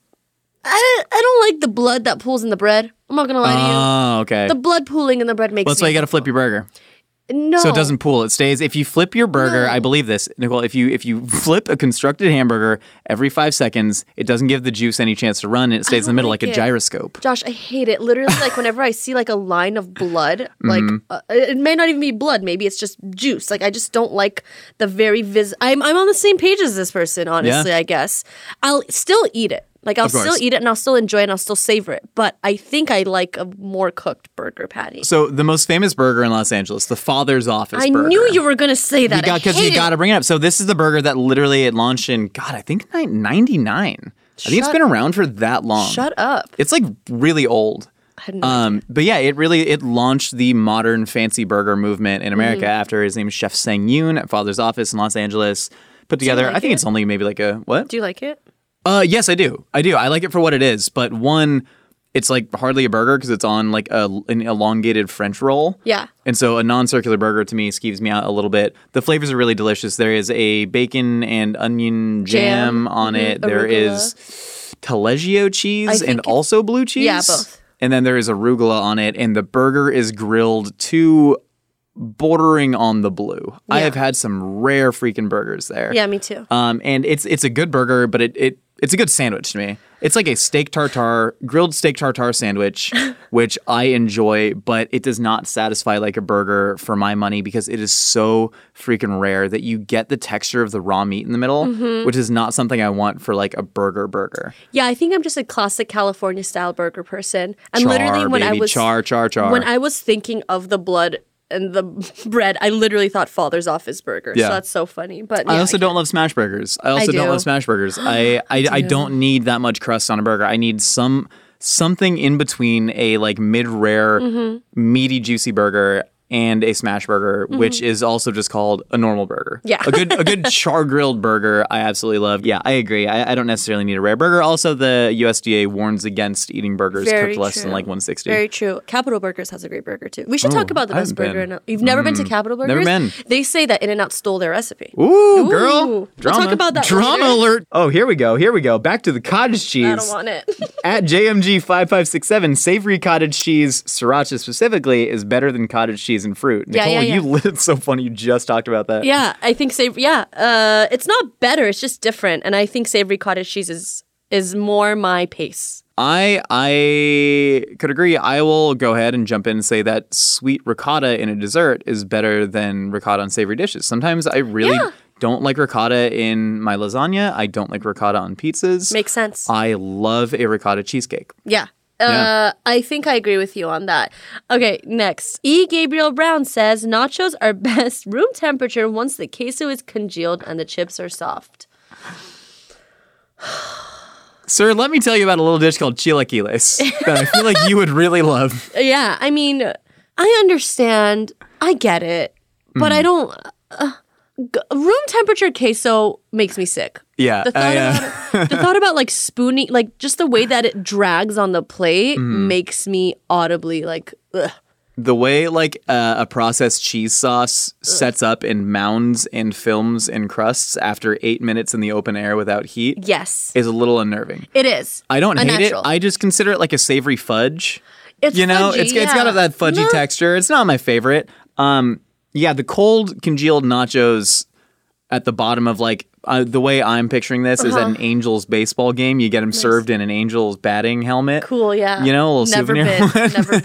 Speaker 2: I I don't like the blood that pools in the bread. I'm not gonna lie to
Speaker 3: Oh, okay.
Speaker 2: you. The blood pooling in the bread makes.
Speaker 3: Well, that's why
Speaker 2: me-
Speaker 3: you got to flip your burger.
Speaker 2: No.
Speaker 3: So it doesn't pool; it stays. If you flip your burger, I believe this, Nicole. If you if you flip a constructed hamburger every five seconds, it doesn't give the juice any chance to run, and it stays in the middle like,
Speaker 2: like
Speaker 3: a
Speaker 2: it.
Speaker 3: gyroscope.
Speaker 2: Josh, I hate it. Literally, like whenever I see like a line of blood, like
Speaker 3: Mm-hmm.
Speaker 2: uh, it may not even be blood. Maybe it's just juice. Like I just don't like the very vis. I'm I'm on the same page as this person. Honestly, I guess I'll still eat it. Like I'll still
Speaker 3: course.
Speaker 2: eat it and I'll still enjoy it and I'll still savor it. But I think I like a more cooked burger patty.
Speaker 3: So the most famous burger in Los Angeles, the Father's Office.
Speaker 2: I
Speaker 3: burger.
Speaker 2: knew you were gonna say that.
Speaker 3: You got because you got to bring it up. So this is the burger that literally it launched in God, I think ninety nine. I think it's
Speaker 2: Shut-
Speaker 3: been around for that long.
Speaker 2: Shut up.
Speaker 3: It's like really old.
Speaker 2: had no
Speaker 3: Um, but yeah, it really it launched the modern fancy burger movement in America
Speaker 2: Mm-hmm.
Speaker 3: after his name is Chef Sang Yoon at Father's Office in Los Angeles put together.
Speaker 2: like
Speaker 3: I think
Speaker 2: it?
Speaker 3: it's only maybe like a what?
Speaker 2: Do you like it?
Speaker 3: Uh, yes, I do. I do. I like it for what it is. But one, it's like hardly a burger because it's on like a, an elongated French roll.
Speaker 2: Yeah.
Speaker 3: And so a non-circular burger to me skeeves me out a little bit. The flavors are really delicious. There is a bacon and onion jam,
Speaker 2: Jam.
Speaker 3: on
Speaker 2: Mhm.
Speaker 3: it. There is taleggio cheese
Speaker 2: think
Speaker 3: and
Speaker 2: it-
Speaker 3: also blue cheese.
Speaker 2: Yeah, both.
Speaker 3: And then there is arugula on it, and the burger is grilled to bordering on the blue. I
Speaker 2: Yeah.
Speaker 3: have had some rare freaking burgers there.
Speaker 2: Yeah, me too.
Speaker 3: Um, and it's it's a good burger, but it, it it's a good sandwich to me. It's like a steak tartare, grilled steak tartare sandwich, which I enjoy, but it does not satisfy like a burger for my money because it is so freaking rare that you get the texture of the raw meat in the middle,
Speaker 2: Mm-hmm.
Speaker 3: which is not something I want for like a burger burger.
Speaker 2: Yeah, I think I'm just a classic California style burger person. And
Speaker 3: Char,
Speaker 2: literally when I
Speaker 3: baby,
Speaker 2: was
Speaker 3: char, char, char.
Speaker 2: when I was thinking of the blood and the bread, I literally thought father's office burger.
Speaker 3: Yeah.
Speaker 2: So that's so funny. But
Speaker 3: I
Speaker 2: yeah,
Speaker 3: also don't love smash burgers. I also don't
Speaker 2: do.
Speaker 3: love smash burgers. I I, I don't need that much crust on a burger. I need some something in between a like mid rare
Speaker 2: Mm-hmm.
Speaker 3: meaty juicy burger and a smash burger, which is also just called a normal burger.
Speaker 2: Yeah.
Speaker 3: a good a good char grilled burger. I absolutely love. Yeah, I agree. I, I don't necessarily need a rare burger. Also, the USDA warns against eating burgers
Speaker 2: Very
Speaker 3: cooked less than
Speaker 2: true.
Speaker 3: like 160.
Speaker 2: Very true. Capital Burgers has a great burger too. We should talk about the
Speaker 3: Oh, I
Speaker 2: best
Speaker 3: haven't
Speaker 2: burger.
Speaker 3: been.
Speaker 2: In, you've never been to Capital
Speaker 3: Never
Speaker 2: Burgers?
Speaker 3: been.
Speaker 2: They say that In and Out stole their recipe.
Speaker 3: Ooh,
Speaker 2: Ooh.
Speaker 3: girl,
Speaker 2: We'll
Speaker 3: drama.
Speaker 2: talk about that
Speaker 3: drama
Speaker 2: later.
Speaker 3: alert. Oh, here we go. Here we go. Back to the cottage cheese.
Speaker 2: I don't want it.
Speaker 3: At JMG5567, savory cottage cheese, sriracha specifically, is better than cottage cheese and fruit.
Speaker 2: Yeah,
Speaker 3: Nicole,
Speaker 2: yeah,
Speaker 3: you
Speaker 2: yeah.
Speaker 3: lit it's so funny. You just talked about that.
Speaker 2: yeah, I think save yeah. Uh it's not better, it's just different. And I think savory cottage cheese is is more my pace.
Speaker 3: I I could agree. I will go ahead and jump in and say that sweet ricotta in a dessert is better than ricotta on savory dishes. Sometimes I really don't like ricotta in my lasagna. I don't like ricotta on pizzas.
Speaker 2: Makes sense.
Speaker 3: I love a ricotta cheesecake.
Speaker 2: Yeah.
Speaker 3: Yeah.
Speaker 2: Uh, I think I agree with you on that. Okay, next. E. Gabriel Brown says nachos are best room temperature once the queso is congealed and the chips are soft.
Speaker 3: Sir, let me tell you about a little dish called chilaquiles that I feel like you would really love.
Speaker 2: Uh, Yeah, I mean, I understand. I get it. But
Speaker 3: Hmm.
Speaker 2: I don't. uh, g- room temperature queso makes me sick.
Speaker 3: Yeah,
Speaker 2: The thought,
Speaker 3: I, uh,
Speaker 2: about, the thought about like spooning, like just the way that it drags on the plate
Speaker 3: Mm-hmm.
Speaker 2: makes me audibly like, ugh.
Speaker 3: the way like uh, a processed cheese sauce sets up in mounds and films and crusts after eight minutes in the open air without heat
Speaker 2: yes,
Speaker 3: is a little unnerving.
Speaker 2: it is.
Speaker 3: I don't hate
Speaker 2: unnatural.
Speaker 3: it. I just consider it like a savory fudge.
Speaker 2: It's
Speaker 3: you know,
Speaker 2: fudgy,
Speaker 3: it's it's
Speaker 2: yeah.
Speaker 3: got that fudgy
Speaker 2: No.
Speaker 3: texture. It's not my favorite. Um, yeah, the cold congealed nachos at the bottom of like uh, the way I'm picturing this is at
Speaker 2: Uh-huh.
Speaker 3: an Angels baseball game. You get them served in an Angels batting helmet.
Speaker 2: Cool, yeah.
Speaker 3: You know, a little
Speaker 2: never
Speaker 3: souvenir
Speaker 2: Been, never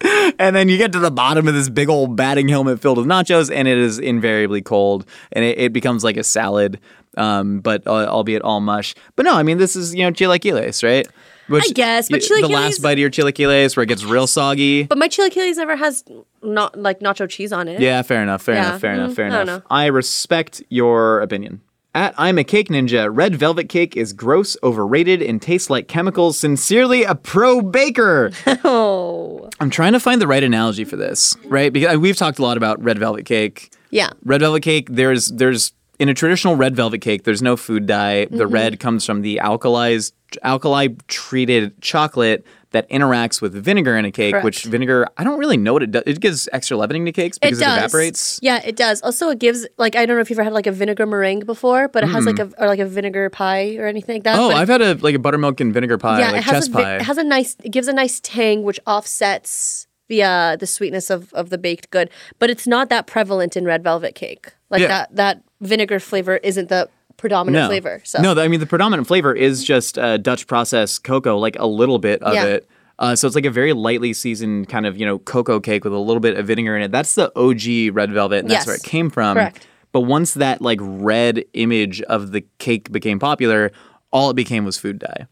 Speaker 2: been.
Speaker 3: And then you get to the bottom of this big old batting helmet filled with nachos, and it is invariably cold, and it, it becomes like a salad, um, but uh, albeit all mush. But no, I mean this is you know chilaquiles, right? Which,
Speaker 2: I guess, but
Speaker 3: y- the last
Speaker 2: chilaquiles-
Speaker 3: bite of your chilaquiles where it gets real soggy.
Speaker 2: But my chilaquiles never has not like nacho cheese on it.
Speaker 3: yeah, fair enough, fair
Speaker 2: Yeah.
Speaker 3: enough, fair enough,
Speaker 2: Mm,
Speaker 3: fair
Speaker 2: I don't
Speaker 3: enough.
Speaker 2: know.
Speaker 3: I respect your opinion. At I'm a Cake Ninja, red velvet cake is gross, overrated, and tastes like chemicals. Sincerely, a pro baker.
Speaker 2: Oh.
Speaker 3: I'm trying to find the right analogy for this, right? Because we've talked a lot about red velvet cake.
Speaker 2: Yeah.
Speaker 3: Red velvet cake, there's there's in a traditional red velvet cake, there's no food dye. The
Speaker 2: Mm-hmm.
Speaker 3: red comes from the alkalized alkali treated chocolate that interacts with vinegar in a cake, which
Speaker 2: Correct.
Speaker 3: vinegar, I don't really know what it does. It gives extra leavening to cakes because it, evaporates.
Speaker 2: Yeah, it does. Also, it gives like I don't know if you've ever had like a vinegar meringue before, but it has like a or like a vinegar pie or anything like that.
Speaker 3: Hmm. Oh,
Speaker 2: but
Speaker 3: I've had a like a buttermilk and vinegar pie,
Speaker 2: yeah,
Speaker 3: like
Speaker 2: it has
Speaker 3: chess
Speaker 2: a vi-
Speaker 3: pie.
Speaker 2: it has a nice it gives a nice tang which offsets the uh, the sweetness of of the baked good, but it's not that prevalent in red velvet cake. Like
Speaker 3: Yeah.
Speaker 2: that that vinegar flavor isn't the predominant
Speaker 3: no.
Speaker 2: flavor. So
Speaker 3: No, I mean the predominant flavor is just uh, Dutch process cocoa, like a little bit of
Speaker 2: Yeah.
Speaker 3: it. Uh, so it's like a very lightly seasoned kind of you know cocoa cake with a little bit of vinegar in it. That's the OG red velvet, and that's
Speaker 2: Yes.
Speaker 3: where it came from.
Speaker 2: Correct.
Speaker 3: But once that like red image of the cake became popular, all it became was food dye,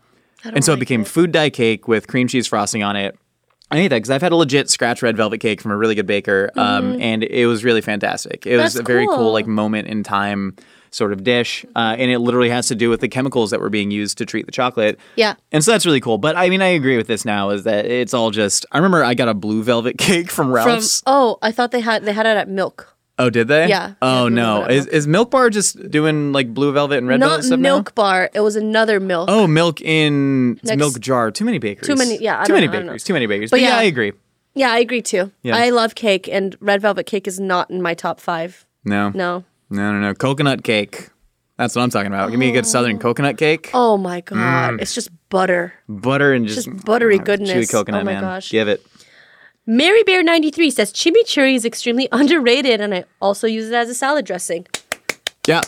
Speaker 3: and so it became food dye cake with cream cheese frosting on it. I hate that because I've had a legit scratch red velvet cake from a really good baker, um, and it was really fantastic. It was
Speaker 2: Mm-hmm. That's
Speaker 3: a very cool
Speaker 2: cool.
Speaker 3: like moment in time sort of dish, uh, and it literally has to do with the chemicals that were being used to treat the chocolate.
Speaker 2: Yeah.
Speaker 3: and so that's really cool. But I mean, I agree with this now is that it's all just. I remember I got a blue velvet cake from
Speaker 2: from
Speaker 3: Ralph's.
Speaker 2: oh, I thought they had they had it at milk.
Speaker 3: oh, did they?
Speaker 2: Yeah. Yeah,
Speaker 3: Oh
Speaker 2: blue
Speaker 3: no,
Speaker 2: velvet
Speaker 3: is, is Milk Bar just doing like blue velvet and red velvet
Speaker 2: Not
Speaker 3: stuff now?
Speaker 2: milk bar. It was another milk.
Speaker 3: Oh, milk in it's
Speaker 2: Next-
Speaker 3: milk jar. Too many bakeries.
Speaker 2: Too many- yeah, I
Speaker 3: too
Speaker 2: don't
Speaker 3: many
Speaker 2: know, I don't know.
Speaker 3: bakeries. Too many bakeries.
Speaker 2: But
Speaker 3: But, yeah,
Speaker 2: yeah.
Speaker 3: I agree.
Speaker 2: Yeah, I agree too.
Speaker 3: Yeah.
Speaker 2: I love cake, and red velvet cake is not in my top five.
Speaker 3: No.
Speaker 2: No.
Speaker 3: No, no, no. Coconut cake. That's what I'm talking about. Give me a good southern coconut cake.
Speaker 2: Oh my god,
Speaker 3: Mm.
Speaker 2: it's just butter.
Speaker 3: Butter and just,
Speaker 2: Just buttery goodness.
Speaker 3: chewy coconut,
Speaker 2: Oh my
Speaker 3: man.
Speaker 2: gosh.
Speaker 3: Give it.
Speaker 2: Mary Bear ninety three says chimichurri is extremely underrated, and I also use it as a salad dressing.
Speaker 3: Yeah.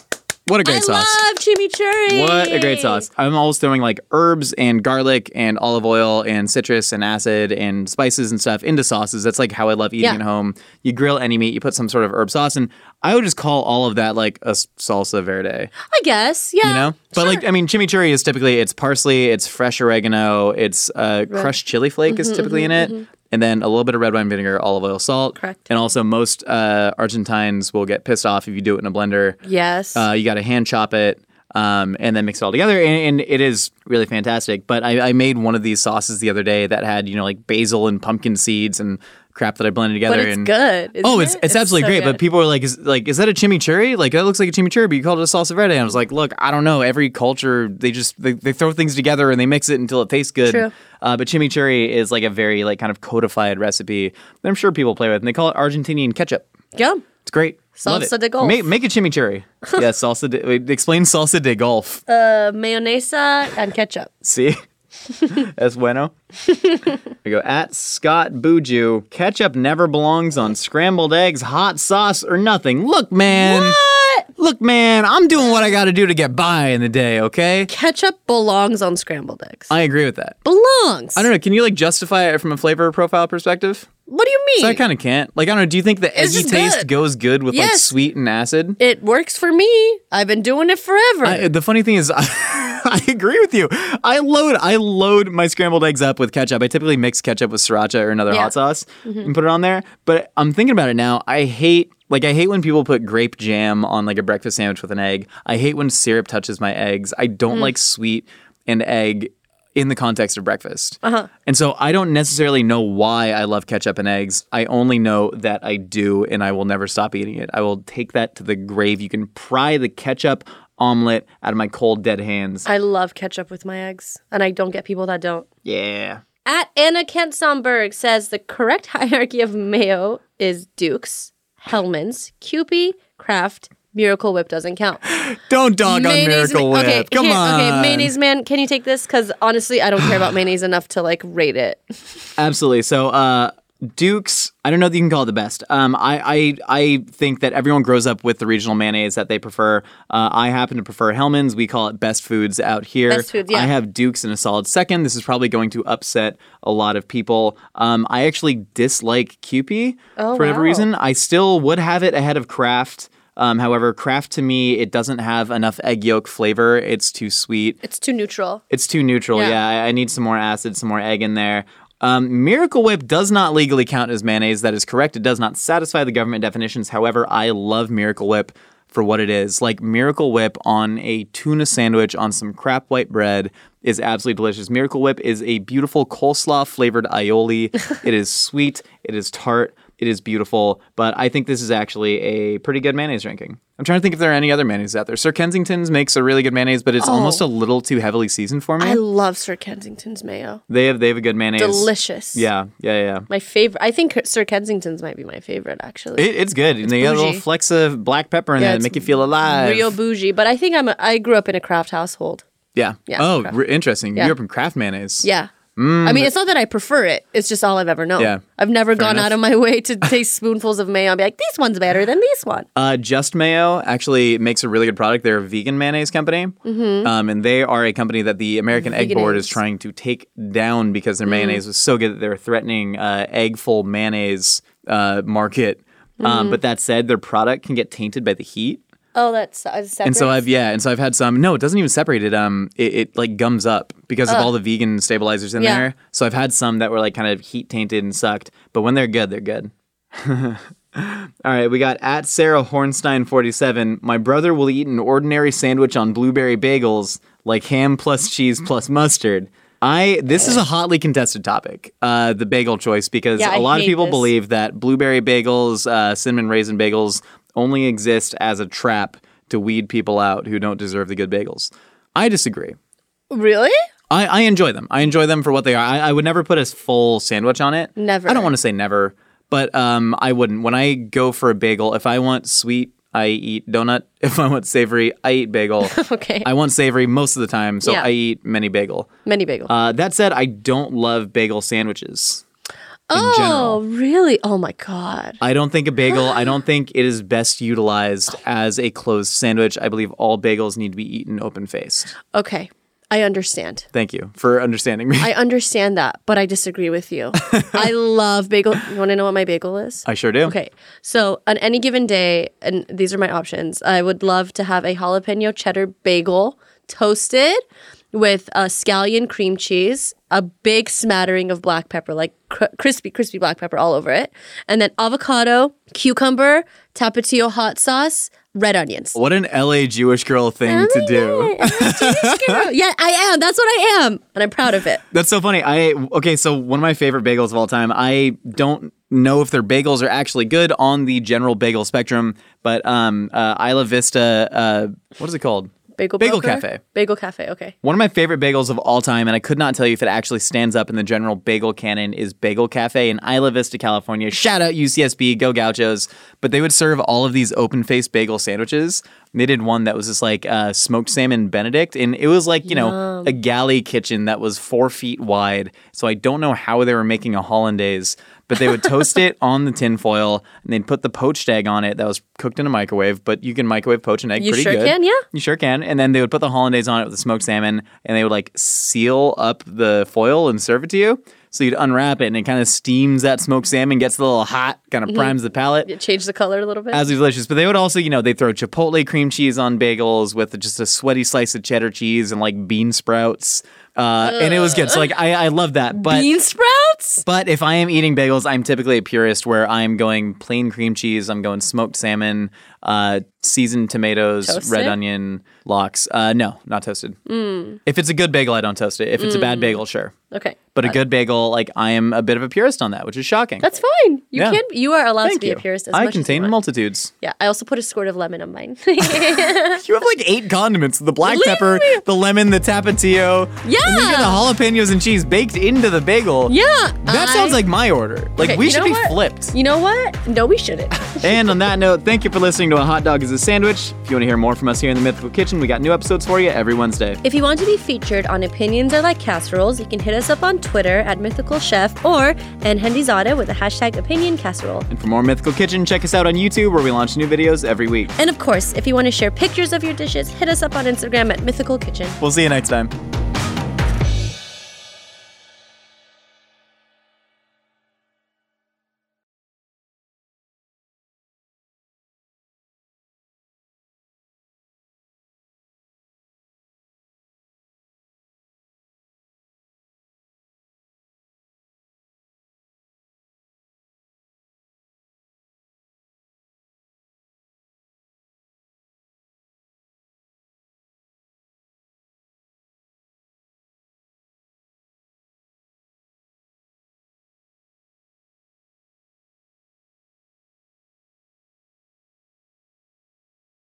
Speaker 3: What a great
Speaker 2: I
Speaker 3: sauce.
Speaker 2: love chimichurri.
Speaker 3: what a great sauce. I'm always throwing like herbs and garlic and olive oil and citrus and acid and spices and stuff into sauces. That's like how I love eating
Speaker 2: Yeah.
Speaker 3: at home. You grill any meat, you put some sort of herb sauce, and I would just call all of that like a s- salsa verde.
Speaker 2: I guess. Yeah.
Speaker 3: you know but like i mean chimichurri is typically it's parsley it's fresh oregano it's uh, crushed chili flake
Speaker 2: Mm-hmm,
Speaker 3: is typically in it and then a little bit of red wine vinegar olive oil salt
Speaker 2: Correct.
Speaker 3: and also most uh, argentines will get pissed off if you do it in a blender
Speaker 2: Yes.
Speaker 3: uh, you got to hand chop it um, and then mix it all together and, and it is really fantastic but I, I made one of these sauces the other day that had you know like basil and pumpkin seeds and crap that i blended together
Speaker 2: but it's
Speaker 3: and
Speaker 2: good. isn't
Speaker 3: Oh, it's,
Speaker 2: it?
Speaker 3: it's absolutely
Speaker 2: so
Speaker 3: great. But
Speaker 2: good.
Speaker 3: people were like, is, like, is that a chimichurri? Like, that looks like a chimichurri, but you called it a salsa verde. And I was like, look, I don't know. Every culture, they just they, they throw things together and they mix it until it tastes good.
Speaker 2: True.
Speaker 3: Uh, but chimichurri is like a very like kind of codified recipe that I'm sure people play with, and they call it Argentinian ketchup.
Speaker 2: yeah.
Speaker 3: It's great. Love
Speaker 2: Salsa
Speaker 3: it.
Speaker 2: de golf.
Speaker 3: Make, make a chimichurri. yeah, salsa. De, wait, explain salsa de golf.
Speaker 2: Uh, mayonnaise and ketchup.
Speaker 3: See? Es bueno. we go at Scott Buju. Ketchup never belongs on scrambled eggs, hot sauce, or nothing. Look, man. What? Look, man, I'm doing what I got to do to get by in the day, okay?
Speaker 2: Ketchup belongs on scrambled eggs.
Speaker 3: I agree with that.
Speaker 2: belongs.
Speaker 3: I don't know. Can you like justify it from a flavor profile perspective?
Speaker 2: What do you mean?
Speaker 3: So I kind of can't. Like, I don't know. Do you think the
Speaker 2: It's
Speaker 3: eggy
Speaker 2: just
Speaker 3: taste
Speaker 2: good.
Speaker 3: goes good with like
Speaker 2: Yes.
Speaker 3: sweet and acid?
Speaker 2: it works for me. I've been doing it forever.
Speaker 3: I, the funny thing is, I, agree with you. I load I load my scrambled eggs up with ketchup. I typically mix ketchup with sriracha or another
Speaker 2: Yeah.
Speaker 3: hot sauce and put it on there. But I'm thinking about it now. I hate like I hate when people put grape jam on like a breakfast sandwich with an egg. I hate when syrup touches my eggs. I don't like sweet and egg in the context of breakfast. Uh-huh. And so I don't necessarily know why I love ketchup and eggs. I only know that I do and I will never stop eating it. I will take that to the grave. You can pry the ketchup omelet out of my cold dead hands.
Speaker 2: I love ketchup with my eggs, and I don't get people that don't.
Speaker 3: yeah.
Speaker 2: At Anna Kent Somberg says the correct hierarchy of mayo is Duke's, Hellman's, Kewpie, Kraft, Miracle Whip doesn't count.
Speaker 3: Don't dog on Miracle
Speaker 2: Ma-
Speaker 3: Whip.
Speaker 2: Okay,
Speaker 3: Come
Speaker 2: here-
Speaker 3: on.
Speaker 2: Okay, mayonnaise man, can you take this? Because honestly, I don't care about mayonnaise enough to like rate it.
Speaker 3: Absolutely. So, uh, Duke's, I don't know that you can call it the best. Um, I, I, I think that everyone grows up with the regional mayonnaise that they prefer. Uh, I happen to prefer Hellman's. We call it Best Foods out here.
Speaker 2: Best Foods, yeah.
Speaker 3: I have Duke's in a solid second. This is probably going to upset a lot of people. Um, I actually dislike Kewpie
Speaker 2: Oh,
Speaker 3: for whatever
Speaker 2: wow.
Speaker 3: reason. I still would have it ahead of Kraft. Um, however, Kraft to me, it doesn't have enough egg yolk flavor. It's too sweet.
Speaker 2: It's too neutral.
Speaker 3: It's too neutral.
Speaker 2: Yeah.
Speaker 3: Yeah, I, I need some more acid, some more egg in there. Um, Miracle Whip does not legally count as mayonnaise. That is correct. It does not satisfy the government definitions. However, I love Miracle Whip for what it is. Like Miracle Whip on a tuna sandwich on some crap white bread is absolutely delicious. Miracle Whip is a beautiful coleslaw flavored aioli. it is sweet, it is tart, it is beautiful, but I think this is actually a pretty good mayonnaise ranking. I'm trying to think if there are any other mayonnaise out there. Sir Kensington's makes a really good mayonnaise, but it's almost a little too heavily seasoned for me.
Speaker 2: Oh. I love Sir Kensington's mayo.
Speaker 3: they have they have a good mayonnaise.
Speaker 2: Delicious.
Speaker 3: Yeah, yeah, yeah.
Speaker 2: My favorite. I think Sir Kensington's might be my favorite actually.
Speaker 3: It, it's good. and they got a little
Speaker 2: bougie.
Speaker 3: flecks of black pepper in
Speaker 2: Yeah,
Speaker 3: there that
Speaker 2: it's
Speaker 3: make you feel alive.
Speaker 2: Real bougie, but I think I'm. A, I grew up in a craft household.
Speaker 3: yeah.
Speaker 2: Yeah,
Speaker 3: Oh,
Speaker 2: craft.
Speaker 3: re- interesting.
Speaker 2: Yeah.
Speaker 3: You're from Kraft mayonnaise.
Speaker 2: Yeah. I mean, it's not that I prefer it. It's just all I've ever known.
Speaker 3: Mm. Yeah.
Speaker 2: I've never gone
Speaker 3: enough.
Speaker 2: out of my way to taste spoonfuls of mayo and be like, this one's better than this one.
Speaker 3: Uh, Just Mayo actually makes a really good product. They're a vegan mayonnaise company, um, and they are a company that the American Egg Board is
Speaker 2: Mm-hmm. Veganese. Mm.
Speaker 3: trying to take down because their mayonnaise was so good that they were threatening uh, egg-full mayonnaise uh, market.
Speaker 2: Mm-hmm.
Speaker 3: Um, but that said, their product can get tainted by the heat,
Speaker 2: Oh, that's uh, separate.
Speaker 3: and so I've yeah, and so I've had some. No, it doesn't even separate it. Um, it, it like gums up because of all the vegan stabilizers in
Speaker 2: Yeah.
Speaker 3: there. So I've had some that were like kind of heat tainted and sucked. But when they're good, they're good. all right, we got at Sarah Hornstein forty seven. My brother will eat an ordinary sandwich on blueberry bagels, like ham plus cheese plus mustard. I this is a hotly contested topic, uh, the bagel choice because
Speaker 2: Yeah,
Speaker 3: a
Speaker 2: I
Speaker 3: lot of
Speaker 2: hate
Speaker 3: people
Speaker 2: this.
Speaker 3: believe that blueberry bagels, uh, cinnamon raisin bagels only exist as a trap to weed people out who don't deserve the good bagels. I disagree.
Speaker 2: really?
Speaker 3: I, I enjoy them. I enjoy them for what they are. I, I would never put a full sandwich on it.
Speaker 2: Never.
Speaker 3: I don't want to say never, but um, I wouldn't. When I go for a bagel, if I want sweet, I eat donut. If I want savory, I eat bagel.
Speaker 2: Okay.
Speaker 3: I want savory most of the time, so
Speaker 2: Yeah.
Speaker 3: I eat many bagel.
Speaker 2: Mini bagel.
Speaker 3: Uh, that said, I don't love bagel sandwiches. in general.
Speaker 2: oh, really? Oh my god.
Speaker 3: I don't think a bagel, I don't think it is best utilized as a closed sandwich. I believe all bagels need to be eaten open faced.
Speaker 2: Okay, I understand.
Speaker 3: Thank you for understanding me. I,
Speaker 2: I understand that, but I disagree with you. I love bagel. You want to know what my bagel is?
Speaker 3: sure do.
Speaker 2: Okay, so on any given day, and these are my options. I would love to have a jalapeno cheddar bagel toasted with a scallion cream cheese, a big smattering of black pepper, like cr- crispy, crispy black pepper all over it, and then avocado, cucumber, tapatio hot sauce, red onions. Oh,
Speaker 3: What an LA Jewish girl thing to do.
Speaker 2: yeah, I am. That's what I am, and I'm proud of it.
Speaker 3: That's so funny. I okay, so one of my favorite bagels of all time. I don't know if their bagels are actually good on the general bagel spectrum, but um uh Isla Vista uh what is it called?
Speaker 2: Bagel
Speaker 3: Bagel
Speaker 2: Broker?
Speaker 3: Cafe.
Speaker 2: Bagel Cafe. Okay.
Speaker 3: One of my favorite bagels of all time, and I could not tell you if it actually stands up in the general bagel canon, is Bagel Cafe in Isla Vista, California. Shout out UCSB, go Gauchos! But they would serve all of these open faced bagel sandwiches. They did one that was just like uh, smoked salmon Benedict, and it was like you know a galley kitchen that was four feet wide. So I don't know how they were making a hollandaise, but they would toast it on the tin foil, and they'd put the poached egg on it that was cooked in a microwave. But you can microwave poach an egg
Speaker 2: You
Speaker 3: pretty
Speaker 2: sure
Speaker 3: good.
Speaker 2: can, yeah.
Speaker 3: You sure can. And then they would put the hollandaise on it with the smoked salmon, and they would like seal up the foil and serve it to you. So you'd unwrap it, and it kind of steams that smoked salmon, gets a little hot, kind of primes the palate.
Speaker 2: Change the color a little bit.
Speaker 3: Absolutely delicious. But they would also, you know, they throw chipotle cream cheese on bagels with just a sweaty slice of cheddar cheese and like bean sprouts, uh, and it was good. So like I, I love that. But
Speaker 2: Bean sprouts.
Speaker 3: but if I am eating bagels, I'm typically a purist where I'm going plain cream cheese, I'm going smoked salmon, uh, seasoned tomatoes,
Speaker 2: Toasted? Mm.
Speaker 3: red onion, locks. Uh, no, not toasted. If it's a good bagel, I don't toast it. If it's a bad bagel, sure.
Speaker 2: Okay.
Speaker 3: But a good bagel, like I am a bit of a purist on that, which is shocking.
Speaker 2: That's fine. You
Speaker 3: Yeah.
Speaker 2: can. You are allowed to
Speaker 3: Thank
Speaker 2: be
Speaker 3: you.
Speaker 2: a purist. As
Speaker 3: I
Speaker 2: much
Speaker 3: contain
Speaker 2: as you want.
Speaker 3: multitudes.
Speaker 2: Yeah. I also put a squirt of lemon on mine.
Speaker 3: You have like eight condiments: the black
Speaker 2: Leave
Speaker 3: pepper,
Speaker 2: me-
Speaker 3: the lemon, the tapatio, and then you get the
Speaker 2: Yeah.
Speaker 3: jalapenos and cheese baked into the bagel.
Speaker 2: yeah.
Speaker 3: That
Speaker 2: I-
Speaker 3: sounds like my order. Like
Speaker 2: Okay,
Speaker 3: we
Speaker 2: you
Speaker 3: should
Speaker 2: know
Speaker 3: be
Speaker 2: what?
Speaker 3: flipped.
Speaker 2: You know what? No, we shouldn't.
Speaker 3: And on that note, thank you for listening to A Hot Dog is a Sandwich. If you want to hear more from us here in the Mythical Kitchen, we got new episodes for you every Wednesday.
Speaker 2: if you want to be featured on Opinions Are Like Casseroles, you can hit us up on Twitter at Mythical Chef or Hendizada with the hashtag Opinion Casserole.
Speaker 3: And for more Mythical Kitchen, check us out on YouTube where we launch new videos every week.
Speaker 2: And of course, if you want to share pictures of your dishes, hit us up on Instagram at Mythical Kitchen.
Speaker 3: We'll see you next time.